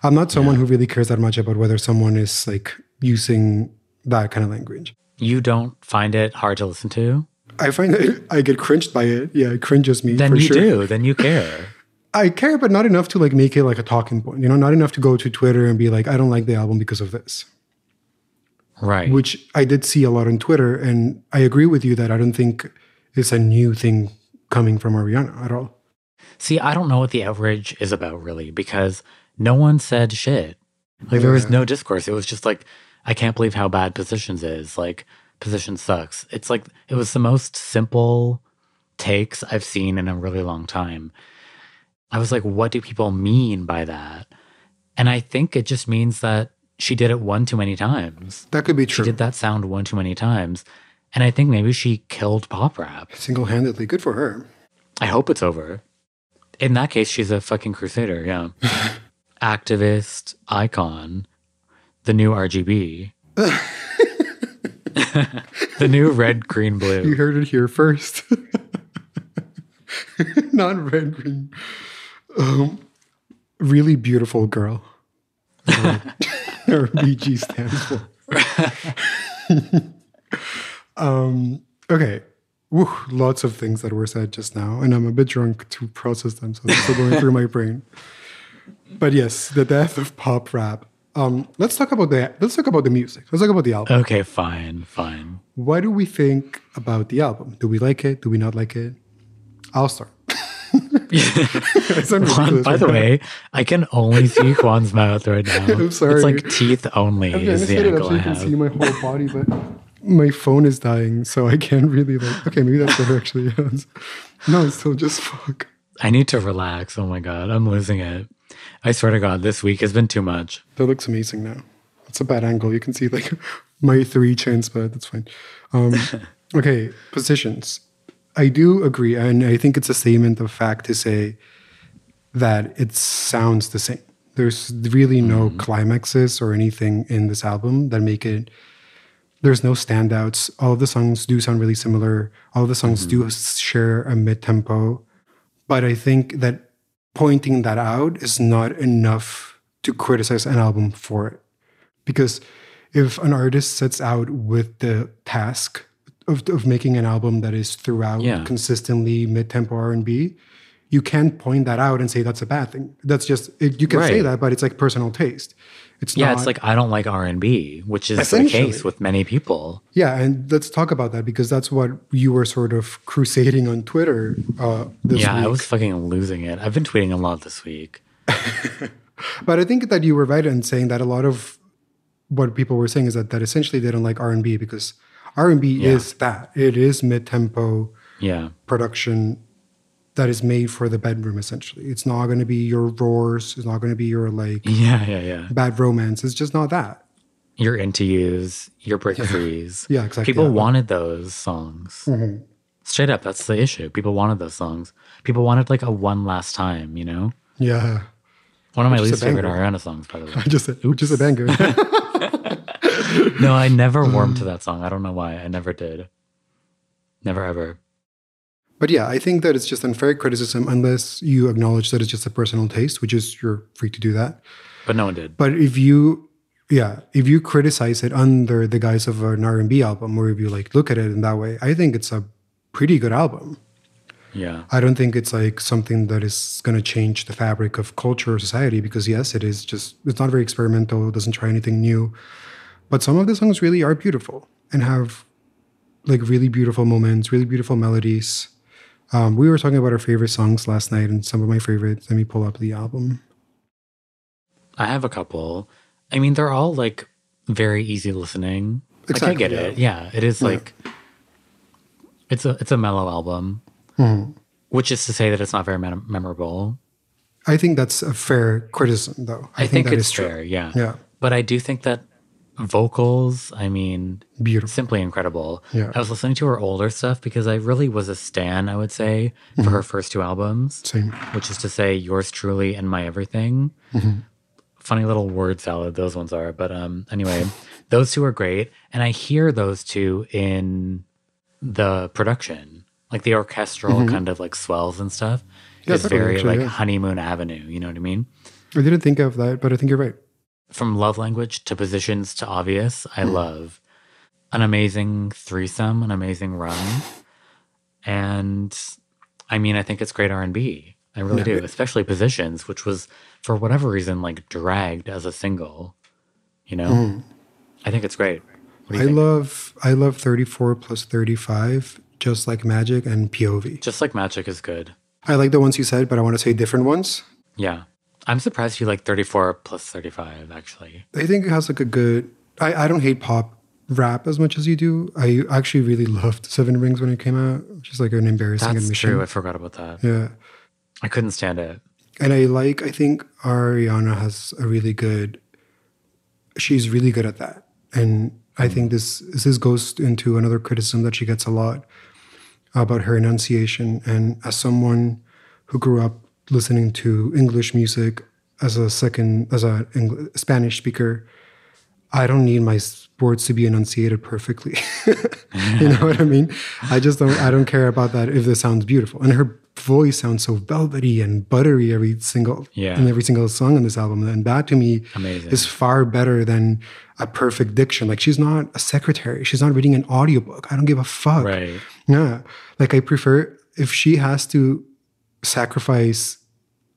I'm not someone who really cares that much about whether someone is like using that kind of language.
You don't find it hard to listen to?
I find that I get cringed by it. Yeah, it cringes me.
Then
for
you
sure.
do, then you care.
I care, but not enough to like make it like a talking point. You know, not enough to go to Twitter and be like, I don't like the album because of this.
right.
Which I did see a lot on Twitter, and I agree with you that I don't think it's a new thing coming from Ariana at all.
See, I don't know what the outrage is about really because no one said shit. Like there was no discourse. It was just like I can't believe how bad positions is. Like position sucks. It's like it was the most simple takes I've seen in a really long time. I was like what do people mean by that? And I think it just means that she did it one too many times.
That could be
She
true.
did that sound one too many times. And I think maybe she killed pop rap.
Single handedly. Good for her.
I hope it's over. In that case, she's a fucking crusader, yeah. Activist icon, the new RGB, the new red, green,
You
blue.
heard it here first. Not red green. Um, really beautiful girl. Or BG stands for. um, okay. Woo, lots of things that were said just now, and I'm a bit drunk to process them, so they're still going through my brain. But yes, the death of pop rap. Um, let's talk about the let's talk about the music. Let's talk about the album
Okay, fine, fine.
what do we think about the album? Do we like it? Do we not like it? I'll start. It's
Juan,
unridiculous,
by the
right?
way, I can only see Juan's mouth right now.
I'm sorry.
It's like teeth only
I'm trying to
is the
set it up so
angle I
you can see
have.
my whole body, but my phone is dying, so I can't really like. Okay, maybe that's what it actually is. No, it's still just fuck.
I need to relax. Oh my God, I'm losing it. I swear to God, this week has been too much.
That looks amazing now. It's a bad angle. You can see like my three chins, but that's fine. Um, okay, positions. I do agree, and I think it's a statement of fact to say that it sounds the same. There's really no climaxes or anything in this album that make it. There's no standouts. All of the songs do sound really similar. All of the songs do share a mid tempo but I think that pointing that out is not enough to criticize an album for it. Because if an artist sets out with the task of, of making an album that is throughout
Yeah.
consistently mid-tempo R&B, you can't point that out and say that's a bad thing. That's just it, you can say
Right.
that, but it's like personal taste. It's
Yeah,
not,
it's like I don't like R and B, which is the
Essentially.
case with many people.
Yeah, and let's talk about that because that's what you were sort of crusading on Twitter uh, this
yeah,
week.
I was fucking losing it. I've been tweeting a lot this week.
But I think that you were right in saying that a lot of what people were saying is that, that essentially they don't like R and B because R and B is that it is mid tempo
Yeah,
production that is made for the bedroom. Essentially, it's not going to be your roars. It's not going to be your like
yeah, yeah, yeah.
bad romance. It's just not that.
Your interviews, your break frees.
Yeah, exactly.
People
Yeah. Mm-hmm.
wanted those songs. Straight up, that's the issue. People wanted those songs. People wanted like a one last time. You know,
Yeah,
one of my
is a
least favorite
banger.
Ariana songs, by the way.
just a, just a banger.
No, I never
Mm.
warmed to that song. I don't know why. I never did. Never ever.
But yeah, I think that it's just unfair criticism unless you acknowledge that it's just a personal taste, which is you're free to do that.
But no one did.
But if you, yeah, if you criticize it under the guise of an R and B album, or if you like look at it in that way, I think it's a pretty good album.
Yeah.
I don't think it's like something that is going to change the fabric of culture or society because yes, it is just it's not very experimental. It doesn't try anything new, but some of the songs really are beautiful and have like really beautiful moments, really beautiful melodies. Um, we were talking about our favorite songs last night, and some of my favorites. Let me pull up the album.
I have a couple. I mean, they're all like very easy listening.
Exactly,
like I get it. Yeah, it is like it's a it's a mellow album,
Mm-hmm.
which is to say that it's not very mem- memorable.
I think that's a fair criticism, though.
I, think,
that is
it's fair. Yeah.
Yeah.
But I do think that vocals. I mean,
Beautiful.
simply incredible.
Yeah.
I was listening to her older stuff because I really was a stan. I would say for her first two albums.
Mm-hmm. Same.
which is to say yours truly and my everything
Mm-hmm.
funny little word salad those ones are but um anyway those two are great and i hear those two in the production like the orchestral kind of like swells and stuff
Mm-hmm. Yeah,
it's
totally,
very
actually,
like
yeah.
honeymoon avenue you know what i mean
I didn't think of that, but I think you're right.
from love language to positions to obvious i love an amazing threesome an amazing run and i mean i think it's great r&b i really do especially positions which was for whatever reason like dragged as a single you know i think it's great what do you
I
think?
love I love 34 plus 35, just like magic and POV.
just like magic is good
I like the ones you said, but I want to say different ones.
yeah i'm surprised you like 34 plus 35 actually
I think it has like a good. I, I don't hate pop rap as much as you do. I actually really loved Seven Rings when it came out, which is like an embarrassing
that's
admission.
true i forgot about that
Yeah,
i couldn't stand it
and I like. I think Ariana has a really good. She's really good at that, and I think this this goes into another criticism that she gets a lot about her enunciation. And as someone who grew up listening to English music as a second as a Eng- Spanish speaker, I don't need my s- words to be enunciated perfectly. you know what I mean? I just don't. I don't care about that if this sounds beautiful. And her voice sounds so velvety and buttery every single
Yeah.
in every single song on this album. And that to me
Amazing.
is far better than a perfect diction. Like she's not a secretary. She's not reading an audiobook. I don't give a fuck.
right
Yeah. Like I prefer if she has to sacrifice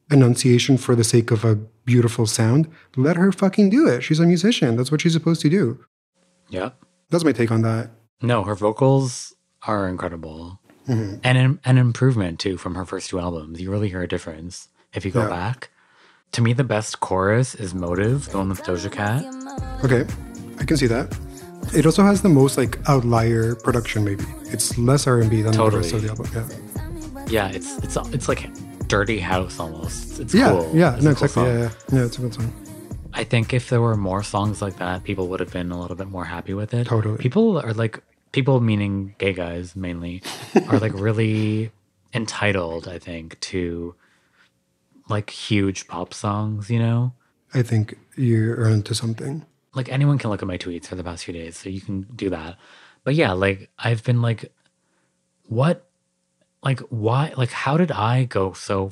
enunciation for the sake of a beautiful sound, let her fucking do it. She's a musician. That's what she's supposed to do.
yep
That's my take on that.
No, her vocals are incredible.
Mm-hmm.
And an, an improvement too from her first two albums. You really hear a difference if you go
Yeah.
back. To me, the best chorus is Motive, the one with Doja Cat.
Okay. I can see that. It also has the most like outlier production. Maybe it's less R and B than the rest of the
Totally.
album. Yeah,
Yeah, it's it's it's like dirty house almost. It's
yeah,
cool.
yeah.
It's
No,
a cool
exactly.
song.
yeah, yeah, yeah. It's a good song.
I think if there were more songs like that, people would have been a little bit more happy with it.
Totally.
People are like people meaning gay guys mainly are like really entitled, I think, to like huge pop songs, you know?
I think you're onto something.
like anyone can look at my tweets for the past few days, so you can do that. But yeah, like I've been like, what, like why, like how did I go so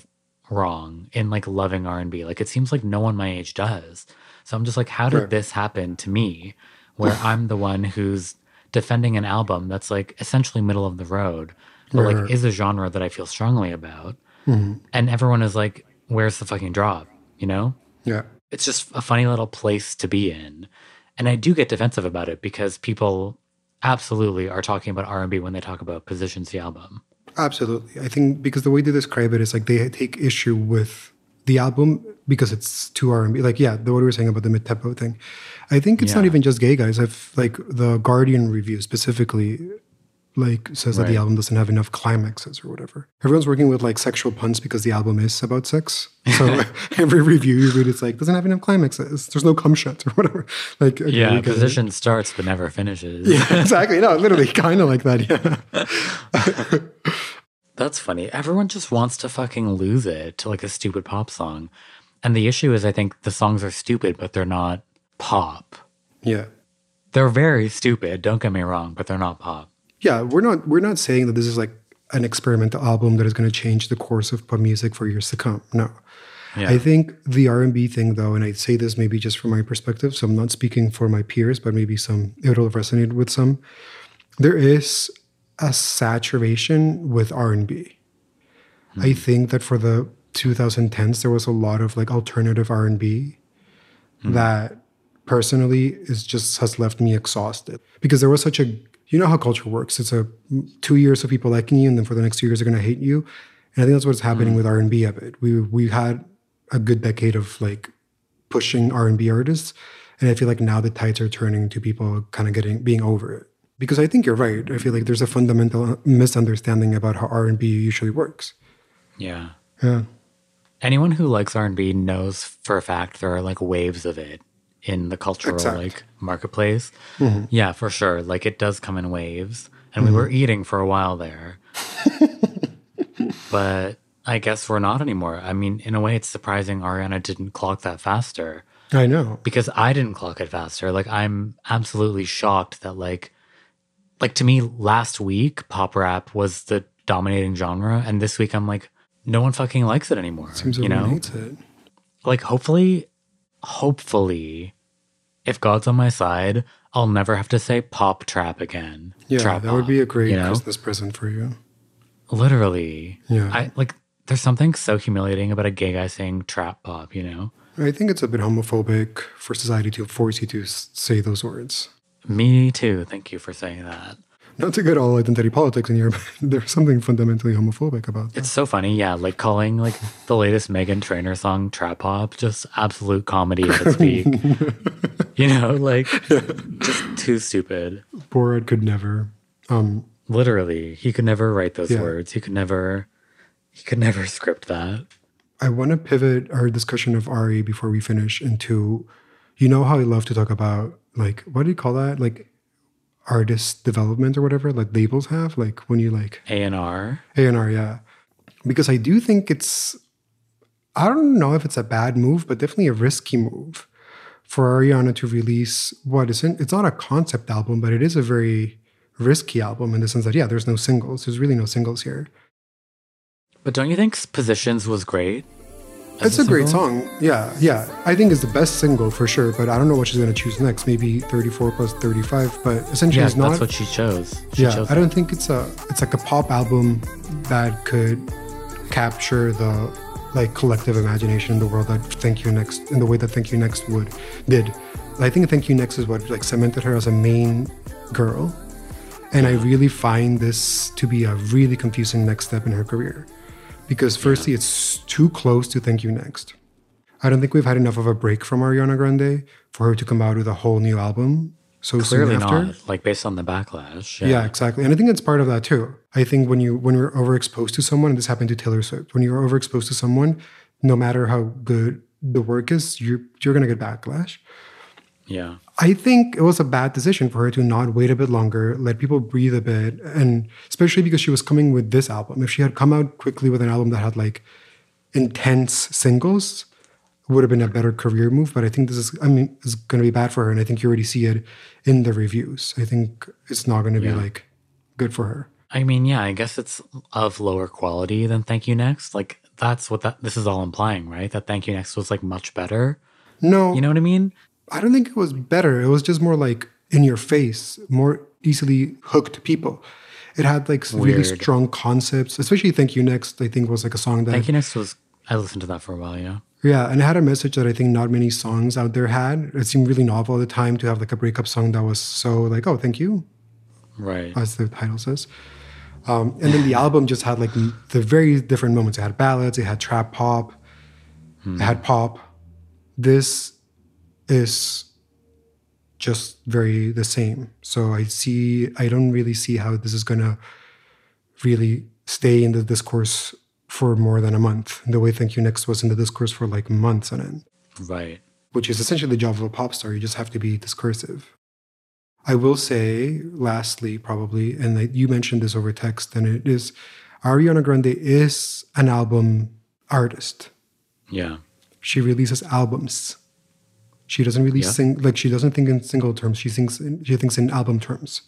wrong in like loving R and B? Like it seems like no one my age does. So I'm just like, how did
Right.
this happen to me, where I'm the one who's defending an album that's like essentially middle of the road, but
Right,
like
right.
is a genre that I feel strongly about, and everyone is like, where's the fucking drop? You know?
Yeah,
it's just a funny little place to be in and i do get defensive about it because people absolutely are talking about r&b when they talk about positions the album
absolutely. I think because the way they describe it is like they take issue with the album because it's too R and B. Like yeah, the what we were saying about the mid tempo thing. I think it's not
Yeah.
even just gay guys. I've like the Guardian review specifically like says that the
Right.
album doesn't have enough climaxes or whatever. Everyone's working with like sexual puns because the album is about sex. So every review you read it's like doesn't have enough climaxes. There's no cum shots or whatever. Like okay, we
yeah
get it.
position starts but never finishes
Yeah, exactly. No, literally kind of like that. Yeah.
that's funny everyone just wants to fucking lose it to like a stupid pop song and the issue is i think the songs are stupid but they're not pop
Yeah.
they're very stupid don't get me wrong but they're not pop
Yeah, we're not we're not saying that this is like an experimental album that is going to change the course of pop music for years to come. No.
yeah
I think the R&B thing though, and I say this maybe just from my perspective, so I'm not speaking for my peers, but maybe some it'll resonate with some. There is a saturation with R&B. I think that for the 2010s there was a lot of like alternative R&B Hmm. that personally is just has left me exhausted because there was such a you know how culture works it's a two years of people liking you and then for the next two years they're going to hate you and i think that's what's happening with r&b of it we we had a good decade of like pushing r&b artists and i feel like now the tides are turning to people kind of getting being over it because i think you're right i feel like there's a fundamental misunderstanding about how r&b usually works
yeah
yeah
anyone who likes R&B knows for a fact there are like waves of it in the cultural
Exact. Mm-hmm.
like marketplace. Yeah, for sure. Like it does come in waves and we were eating for a while there. but I guess we're not anymore. I mean, in a way it's surprising Ariana didn't clock that faster
i know
because I didn't clock it faster. Like I'm absolutely shocked that like like to me last week pop rap was the dominating genre and this week I'm like no one fucking likes it anymore.
seems
you
everyone
know?
hates it
like hopefully hopefully if god's on my side i'll never have to say pop trap again
yeah
Trap
that would
pop,
be a great
you know?
christmas present for you
literally
Yeah.
i like there's something so humiliating about a gay guy saying trap pop you know
I think it's a bit homophobic for society to force you to s- say those words.
me too thank you for saying that
Not to get all identity politics in here, but there's something fundamentally homophobic about that.
it's so funny yeah like calling like the latest megan trainor song trap pop just absolute comedy at its peak you know like just too stupid
Borat could never. Um,
literally he could never write those
Yeah.
words he could never he could never script that
I want to pivot our discussion of Ari before we finish into, you know how I love to talk about like what do you call that like artist development or whatever like labels have like when you like
a&r
A&R, yeah. Because I do think it's I don't know if it's a bad move, but definitely a risky move for Ariana to release what isn't it's not a concept album, but it is a very risky album in the sense that yeah, there's no singles. There's really no singles here.
but don't you think positions was great
It's a, great song. Yeah, yeah. I think it's the best single for sure, but I don't know what she's gonna choose next. Maybe 34 plus 35, but essentially
yeah
it's not
that's what she chose she
yeah
chose
i don't think it's a it's like a pop album that could capture the like collective imagination in the world that thank you next in the way that thank you next would did i think thank you next is what like cemented her as a main girl and i really find this to be a really confusing next step in her career because firstly it's too close to thank you next I don't think we've had enough of a break from Ariana Grande for her to come out with a whole new album. so
Clearly
soon after.
not. Like based on the backlash.
Yeah. exactly. And I think that's part of that too. I think when you when you're overexposed to someone, and this happened to Taylor Swift, when you're overexposed to someone, no matter how good the work is, you're you're gonna get backlash.
Yeah.
I think it was a bad decision for her to not wait a bit longer, let people breathe a bit, and especially because she was coming with this album. If she had come out quickly with an album that had like intense singles, it would have been a better career move. But I think this is, I mean, it's going to be bad for her, and I think you already see it in the reviews. I think it's not going to be like good for her.
I mean, yeah, I guess it's of lower quality than Thank You Next. Like that's what that this is all implying, right? That Thank You Next was like much better.
No,
You know what I mean?
I don't think it was better. It was just more like in your face, more easily hooked people. It had like really
Weird.
strong concepts, especially Thank You Next, I think was like a song that,
Thank You Next was I listened to that for a while, yeah.
yeah, and it had a message that I think not many songs out there had. It seemed really novel at the time to have like a breakup song that was so like, oh, thank you,
Right.
as the title says. Um, and then the album just had like m- the very different moments. It had ballads, it had trap pop, it had pop. This is just very the same. So I see, I don't really see how this is gonna really stay in the discourse for more than a month. The way Thank You Next was in the discourse for like months on end
Right.
which is essentially the job of a pop star. You just have to be discursive. I will say, lastly, probably, and that you mentioned this over text, and it is Ariana Grande is an album artist.
Yeah.
She releases albums. She doesn't really
Yeah.
sing like she doesn't think in single terms. She thinks in, she thinks in album terms,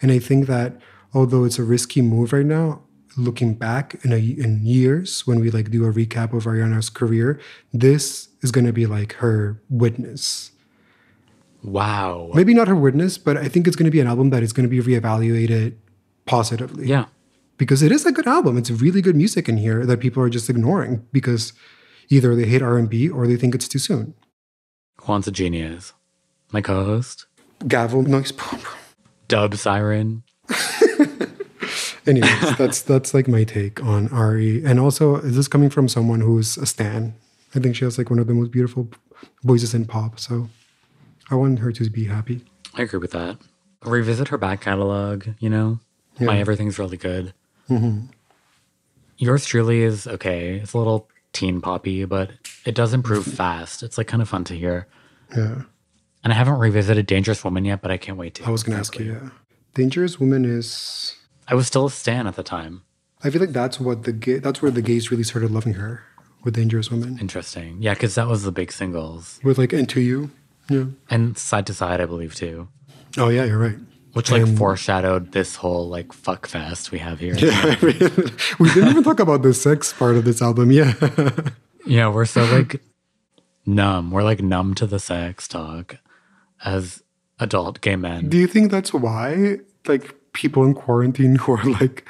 and I think that although it's a risky move right now, looking back in a, in years when we like do a recap of Ariana's career, this is going to be like her witness.
Wow.
Maybe not her witness, but I think it's going to be an album that is going to be reevaluated positively
Yeah.
because it is a good album. It's really good music in here that people are just ignoring because either they hate R and B or they think it's too soon.
Juan's a genius. My co host.
gavel noise. Boom, boom.
Dub Siren.
Anyways, that's that's like my take on Ari. And also, is this coming from someone who's a stan? I think she has like one of the most beautiful voices in pop. So I want her to be happy.
I agree with that. Revisit her back catalog, you know? My everything's really good.
Mm-hmm.
Yours truly is okay. It's a little teen poppy, but it does improve
Mm-hmm.
fast. It's like kind of fun to hear.
Yeah,
And I haven't revisited Dangerous Woman yet, but I can't wait to.
I was gonna ask you. Yeah, Dangerous Woman is.
I was still a stan at the time.
I feel like that's what the gay, that's where the gays really started loving her with Dangerous Woman
Interesting. Yeah, because that was the big singles.
with like Into You. Yeah.
And Side to Side, I believe, too.
Oh yeah, you're right.
Which like foreshadowed this whole like fuck fest we have here.
we didn't even talk about the sex part of this album. Yeah.
Yeah, we're so like numb. We're like numb to the sex talk as adult gay men.
Do you think that's why, like, people in quarantine who are like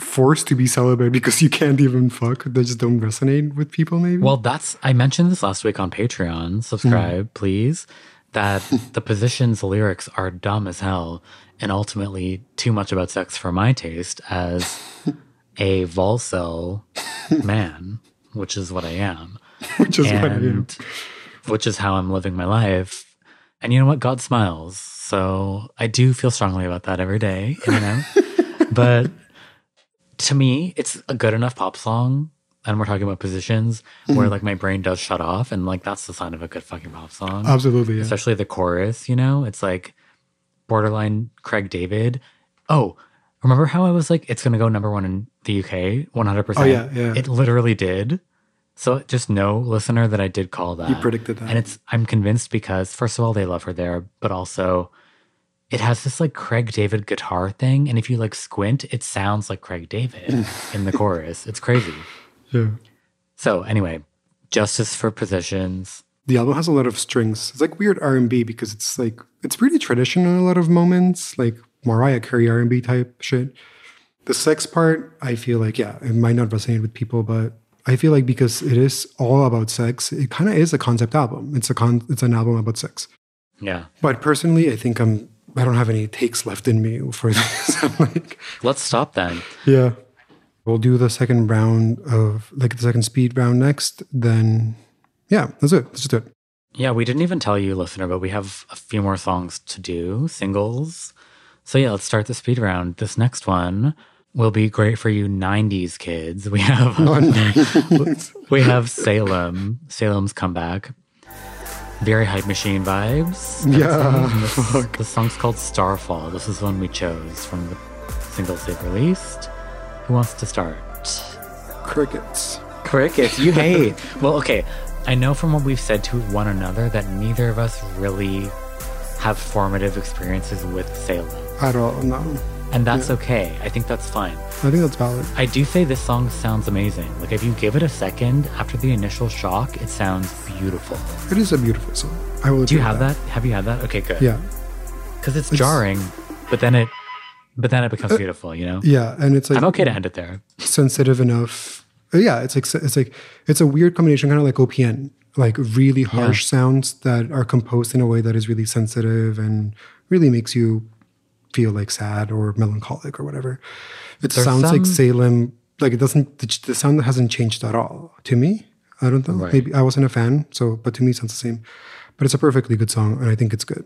forced to be celibate because you can't even fuck, they just don't resonate with people? Maybe.
Well, that's I mentioned this last week on Patreon. Subscribe, please. That the position's lyrics are dumb as hell and ultimately too much about sex for my taste as a volcel man, which is what I am.
which is what I am.
and which is how I'm living my life. And you know what? God smiles. So I do feel strongly about that every day, you know? but to me, it's a good enough pop song. And we're talking about positions
Mm-hmm.
where like my brain does shut off. And like that's the sign of a good fucking pop song.
Absolutely. Yeah.
Especially the chorus, you know? It's like borderline Craig David. Oh, remember how I was like, it's going to go number one in the UK 100%?
Oh, yeah, yeah.
It literally did. So just know, listener, that I did call that.
You predicted that.
And it's I'm convinced because first of all they love her there, but also it has this like Craig David guitar thing, and if you like squint, it sounds like Craig David in the chorus. It's crazy.
yeah.
So anyway, justice for positions.
The album has a lot of strings. It's like weird R and B because it's like it's pretty traditional in a lot of moments, like Mariah Carey R and B type shit. The sex part, I feel like, yeah, it might not resonate with people, but I feel like because it is all about sex, it kind of is a concept album. It's a con, it's an album about sex.
Yeah.
But personally, I think I'm. I don't have any takes left in me for this. I'm like,
Let's stop then.
yeah. We'll do the second round of like the second speed round next. Then, yeah, that's it. Let's just do it.
Yeah, we didn't even tell you, listener, but we have a few more songs to do, singles. So yeah, let's start the speed round. This next one will be great for you 90s kids. We have we have Salem, Salem's comeback. Very hype machine vibes. I would
Yeah,
say. And This, this song's called Starfall. This is one we chose from the singles they've released. Who wants to start?
Crickets.
Crickets, you hate. well, okay. I know from what we've said to one another that neither of us really have formative experiences with Salem.
I don't know.
And that's okay. I think that's fine.
I think that's valid.
I do say this song sounds amazing. Like, if you give it a second after the initial shock, it sounds beautiful.
It is a beautiful song. I will.
Do you
admit
have that? Have you had that? Okay, good.
Yeah,
Because it's, Uh, jarring, but then it. But then it becomes beautiful, you know?
yeah, and it's like
I'm okay to end it there.
sensitive enough. Yeah, it's like it's like it's a weird combination, kind of like OPN, like really harsh sounds that are composed in a way that is really sensitive and really makes you feel like sad or melancholic or whatever. It
There's
sounds like
some-
Salem. Like it doesn't. The, the sound hasn't changed at all to me. I don't know.
Right.
Maybe I wasn't a fan, so but to me it sounds the same. But it's a perfectly good song, and I think it's good.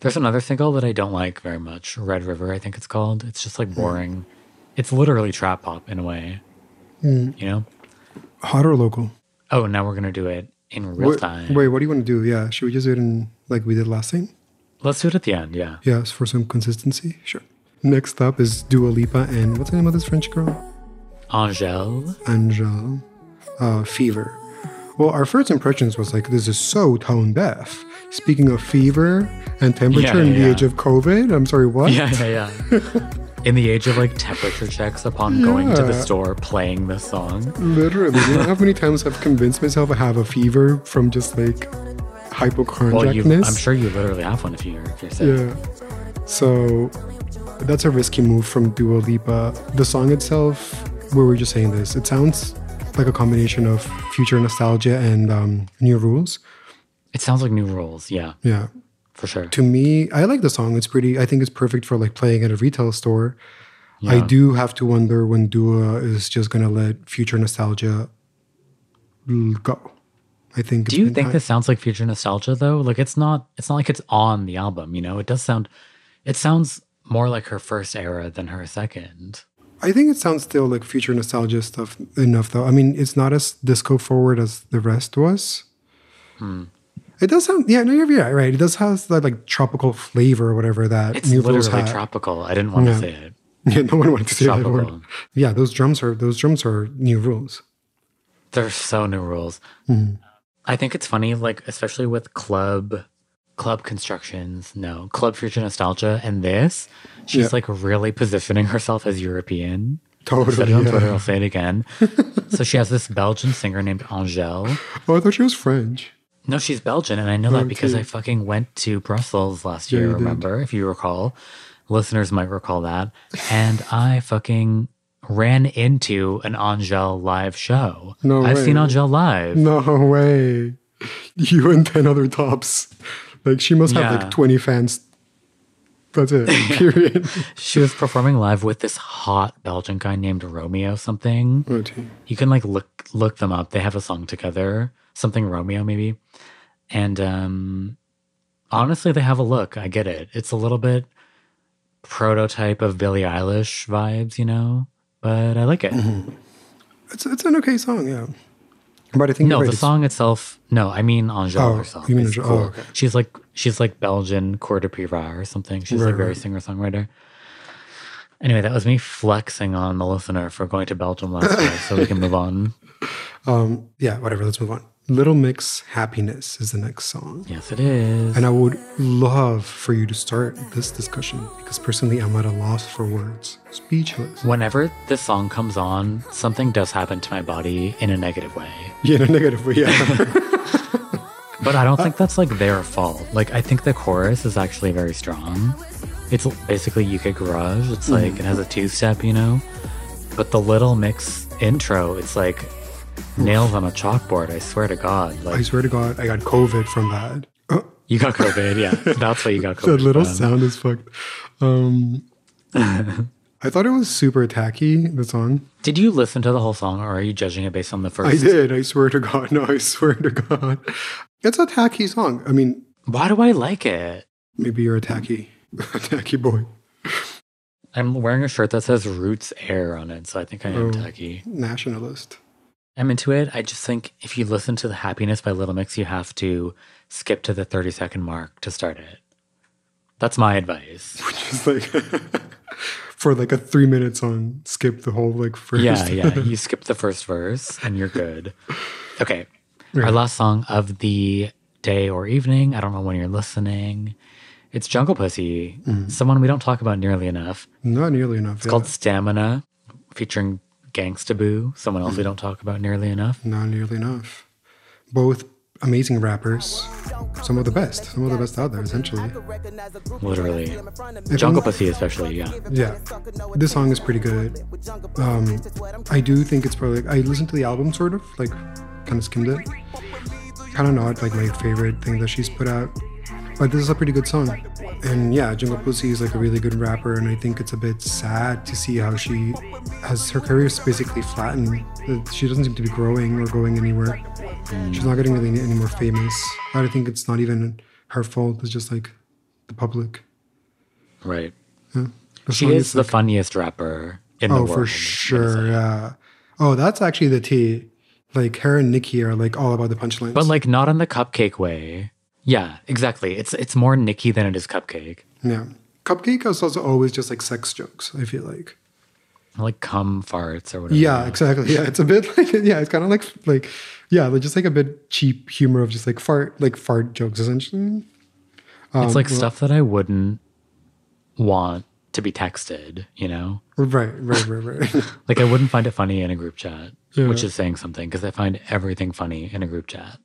There's another single that I don't like very much, Red River, I think it's called. It's just
Hmm.
like boring. It's literally trap pop in a way.
Hmm.
You know?
Hot or local?
Oh, now we're going to do it in real
wait,
time.
wait, what do you want to do? Yeah, should we just do it in like we did last time?
Let's do it at the end. Yeah.
Yes, for some consistency. Sure. Next up is Dua Lipa and what's the name of this French girl?
Angèle.
Angel. Uh, Fever. Well, our first impressions was like this is so tone deaf. Speaking of fever and temperature in the
yeah.
age of COVID, I'm sorry, what?
Yeah, yeah, yeah. in the age of like temperature checks upon going to the
Yeah. Mm,
store playing this song.
Literally, you know how many times I've convinced myself I have a fever from just like
Well,
hypochondriacness.
you, I'm sure you literally have one if you're, if you're sick.
Yeah. So that's a risky move from Dua Lipa. The song itself, we were just saying this, it sounds like a combination of future nostalgia and um, new rules.
It sounds like new rules. Yeah,
Yeah.
for sure.
To me, I like the song. It's pretty, I think it's perfect for like playing at a retail store. I do have to wonder when Dua is just going to let future nostalgia l- go. I think.
Do you think this sounds like future nostalgia though? Like it's not it's not like it's on the album, you know? It does sound it sounds more like her first era than her second.
I think it sounds still like future nostalgia stuff enough, though. I mean, it's not as disco forward as the rest was.
Hmm.
It does sound, yeah, no, you're right, right. It does have that like tropical flavor or whatever that
It's
New Rules
literally
had.
tropical. I didn't want
Yeah.
to say it.
yeah, no one wanted to say that
tropical.
word. Yeah, those drums are those drums are New Rules.
There's so new rules.
Mm-hmm.
I think it's funny, like especially with club club constructions, no, club future nostalgia and this, she's
Yeah.
like really positioning herself as European. I said
Totally.
it on Twitter,
yeah.
I'll say it again. so she has this Belgian singer named Angèle.
Oh, I thought she was French.
No, she's Belgian, and I know that because
Okay.
I fucking went to Brussels last
Yeah,
year,
you did.
remember? If you recall, listeners might recall that. And I fucking ran into an Angel live show.
No
I've
way.
seen Angel live.
No way. You and ten other tops. Like she must have
Yeah.
like twenty fans. That's it. Period.
She was performing live with this hot Belgian guy named Romeo something.
Oh, gee.
You can like look look them up. They have a song together, something Romeo maybe. And um honestly, they have a look. I get it. It's a little bit prototype of Billie Eilish vibes, you know, but I like it.
Mm-hmm. it's it's an okay song, yeah. But I think
No,
you're right,
the
it's-
song itself. No, I mean Angèle
Oh,
herself.
you mean
It's
Angèle, oh,
cool.
okay.
She's like she's like Belgian Cour de Privat or something. She's
Right,
like very
right.
singer songwriter. Anyway, that was me flexing on the listener for going to Belgium last year, so we can move on.
yeah, whatever. Let's move on. Little Mix Happiness is the next song.
Yes, it is.
And I would love for you to start this discussion because personally, I'm at a loss for words. Speechless.
Whenever this song comes on, something does happen to my body in a negative way.
Yeah, in a negative way. Yeah.
But I don't think that's like their fault. Like I think the chorus is actually very strong. It's basically UK Garage.
Hmm.
It's like it has a two step, you know. But the little mix intro, it's like nails on a chalkboard. I swear to God,
I
like
swear to God, I got COVID from that. Oh,
you got COVID. Yeah, that's what you got
that
COVID.
little
from.
sound is fucked. Um, I thought it was super tacky, the song.
Did you listen to the whole song, or are you judging it based on the first?
I did. I swear to God. No, I swear to God. It's a tacky song. I mean,
Why do I like it?
maybe you're a tacky, a tacky boy.
I'm wearing a shirt that says Roots Air on it, so I think I am
Oh.
tacky.
nationalist.
I'm into it. I just think if you listen to the Happiness by Little Mix, you have to skip to the 30 second mark to start it. That's my advice.
Just like for like a three minute song, skip the whole like first.
Yeah, yeah. You skip the first verse and you're good. Okay. Our
Right.
last song of the day or evening. I don't know when you're listening. It's Jungle Pussy, someone we don't talk about nearly enough.
Not nearly enough.
It's called Stamina, featuring Gangsta Boo, someone else we don't talk about nearly enough.
Not nearly enough. Both amazing rappers, some of the best, some of the best out there, essentially.
Literally.
If
Jungle
I'm-
Pussy, especially, yeah.
Yeah, this song is pretty good. Um, I do think it's probably I listened to the album sort of like kind of skimmed it. Kind of not like my favorite thing that she's put out, but this is a pretty good song. And yeah, Jungle Pussy is like a really good rapper, and I think it's a bit sad to see how she has her career is basically flattened. That She doesn't seem to be growing or going anywhere.
Mm.
She's not getting really any more famous. I think it's not even her fault. It's just like the public.
Right.
The
She
song
is the funniest rapper in the
Oh,
world.
for sure. Yeah. Oh, that's actually the T. Like her and Nikki are like all about the punchlines.
But like not in the cupcake way. Yeah, exactly. It's it's more Nikki than it is cupcake.
yeah, Cupcake is also always just like sex jokes. I feel like.
Like cum farts or whatever.
Yeah, exactly. Yeah, it's a bit like yeah, it's kind of like like yeah, like just like a bit cheap humor of just like fart like fart jokes essentially.
it's like
um,
stuff that I wouldn't want to be texted, you know?
Right, right, right, right.
Like I wouldn't find it funny in a group chat,
Yeah.
which is saying something because I find everything funny in a group chat.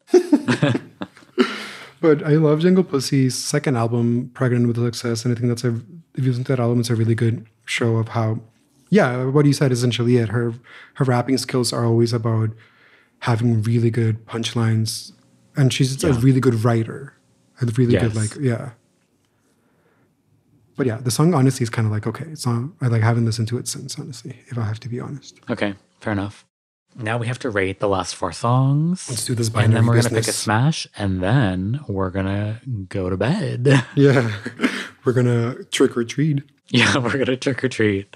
But I love Jungle Pussy's second album, Pregnant with Success, and I think that's a if you listen to that album, it's a really good show of how yeah, what you said is essentially it. Her her rapping skills are always about having really good punchlines and she's a really good writer. A really good
Yes.
like yeah. But yeah, the song honestly is kind of like okay, it's not I like haven't listened to it since, honestly, if I have to be honest.
Okay, fair enough. Now we have to rate the last four songs.
Let's do this
And
binary
then we're gonna pick a
business.
smash, and then we're gonna go to bed.
Yeah. We're gonna trick or treat.
yeah, we're gonna trick or treat.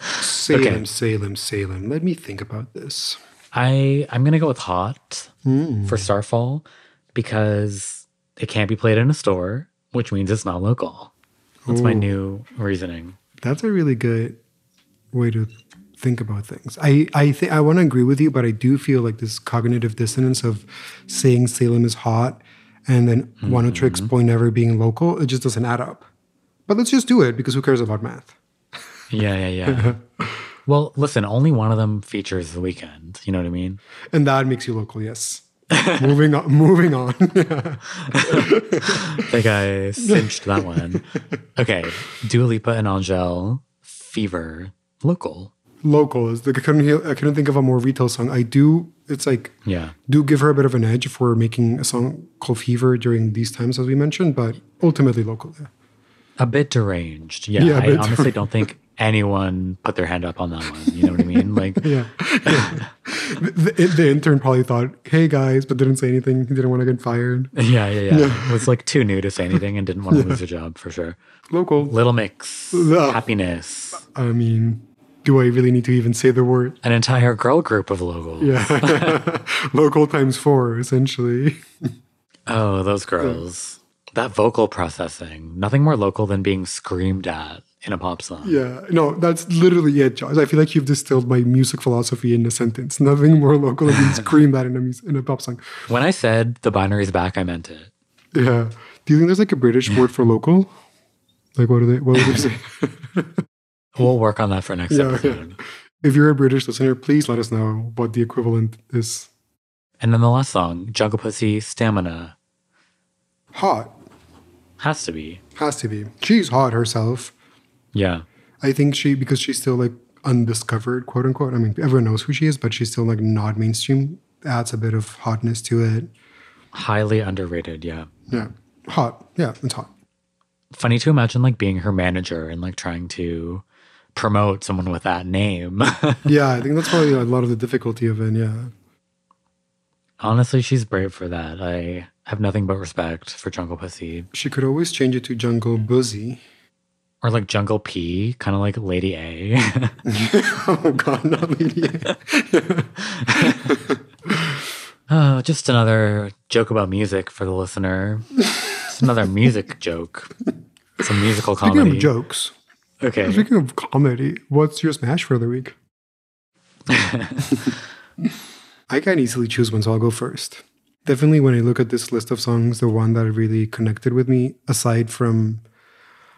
Salem,
Okay.
Salem, Salem. Let me think about this.
I I'm gonna go with hot
Hmm.
for Starfall because it can't be played in a store, which means it's not local. That's my
Ooh.
new reasoning.
That's a really good way to think about things. I I think I want to agree with you, but I do feel like this cognitive dissonance of saying Salem is hot and then Wano Trick's
Mm-hmm.
point never being local. It just doesn't add up. But let's just do it because who cares about math?
Yeah, yeah, yeah. well, listen, only one of them features the weekend. You know what I mean?
And that makes you local. Yes. moving on. Moving on.
Like I cinched that one. Okay, Dua Lipa and Angel, Fever, local.
local is the I couldn't hear, I couldn't think of a more retail song. I do. It's like
Yeah,
do give her a bit of an edge for making a song called Fever during these times, as we mentioned, but ultimately local. Yeah.
a bit deranged. Yeah,
Yeah, a
I
bit
honestly don't think anyone put their hand up on that one. You know what I mean? Like,
Yeah. the, the- the intern probably thought, hey guys, but didn't say anything. He didn't want to get fired.
Yeah, yeah, yeah. was like too new to say anything and didn't want to lose her job for sure.
Local.
Little Mix,
Ugh.
Happiness,
I mean, do I really need to even say the word?
an entire girl group of locals.
Yeah. local times four, essentially.
Oh, those girls. That vocal processing. Nothing more local than being screamed at in a pop song.
Yeah. No, that's literally it, Josh. I feel like you've distilled my music philosophy in a sentence. Nothing more local than being screamed at in a, mus- in a pop song.
When I said the binary's back, I meant it.
Yeah. Do you think there's like a British word for local? Like, what do they, what would they say?
We'll work on that for next
Yeah, yeah.
episode.
if you're a British listener, please let us know what the equivalent is.
And then the last song, Jungle Pussy Stamina,
Hot.
has to be.
Has to be. She's hot herself.
Yeah.
I think she because she's still like undiscovered, quote unquote. I mean, everyone knows who she is, but she's still like not mainstream. Adds a bit of hotness to it.
Highly underrated. Yeah.
Yeah, hot. Yeah, it's hot.
Funny to imagine like being her manager and like trying to promote someone with that name.
Yeah, I think that's probably a lot of the difficulty of it. Yeah,
Honestly, she's brave for that. I have nothing but respect for Jungle Pussy
She could always change it to Jungle Boozy.
or like Jungle P, kind of like Lady A.
oh God, not Lady A.
oh, just another joke about music for the listener. Just another music joke. It's a musical
Speaking
comedy.
of jokes,
Okay.
speaking of comedy, what's your smash for the week? I can easily choose one, so I'll go first. Definitely, when I look at this list of songs, the one that really connected with me, aside from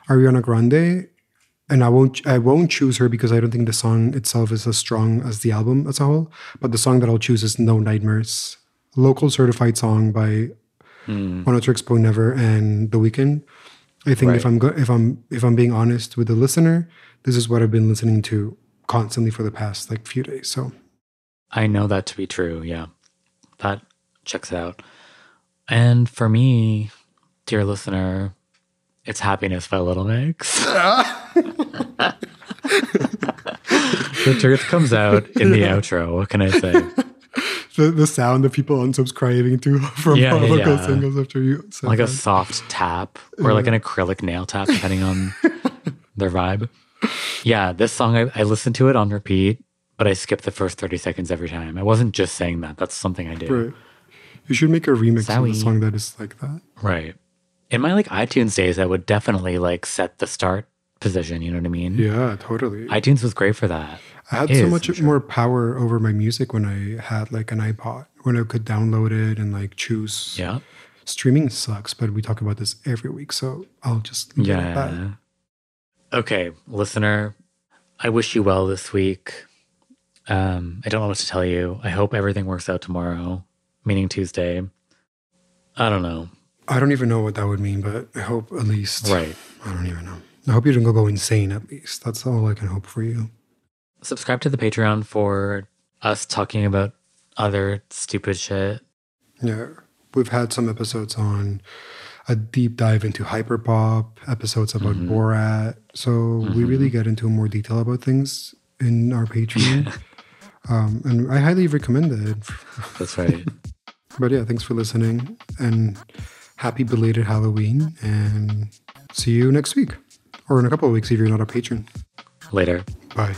Ariana Grande, and I won't I won't choose her because I don't think the song itself is as strong as the album as a whole. But the song that I'll choose is No Nightmares, local certified song by One Tricks Po Never and The Weeknd. I think if
Right.
I'm go- if I'm if I'm being honest with the listener, this is what I've been listening to constantly for the past like few days. So
I know that to be true. Yeah. That checks out. And for me, dear listener, it's happiness by Little Mix. the truth comes out in the outro. What can I say?
the, the sound of people unsubscribing to from
Yeah, yeah,
local
yeah.
singles after you. said
like a
that.
soft tap or like an acrylic nail tap, depending on their vibe. Yeah, this song I, I listened to it on repeat, but I skipped the first thirty seconds every time. I wasn't just saying that; that's something I do. Right.
Right. You should make a remix of
Zowie.
a song that is like that.
In my like iTunes days, I would definitely like set the start position. You know what I mean?
Yeah, totally. I,
iTunes was great for that.
had
it
so
is,
much
I'm sure.
more power over my music when I had like an iPod, when I could download it and like choose.
Yeah.
Streaming sucks, but we talk about this every week, so I'll just leave it at that.
Yeah. Okay, listener, I wish you well this week. Um, I don't know what to tell you. I hope everything works out tomorrow, meaning Tuesday. I don't know.
I don't even know what that would mean, but I hope at least.
Right.
I don't even know. I hope you don't go insane at least. That's all I can hope for you.
Subscribe to the Patreon for us talking about other stupid shit.
Yeah. We've had some episodes on a deep dive into hyperpop, episodes about Borat. So we really get into more detail about things in our Patreon. um, and I highly recommend it.
That's right.
But yeah, thanks for listening and happy belated Halloween. And see you next week or in a couple of weeks if you're not a patron.
Later.
Bye.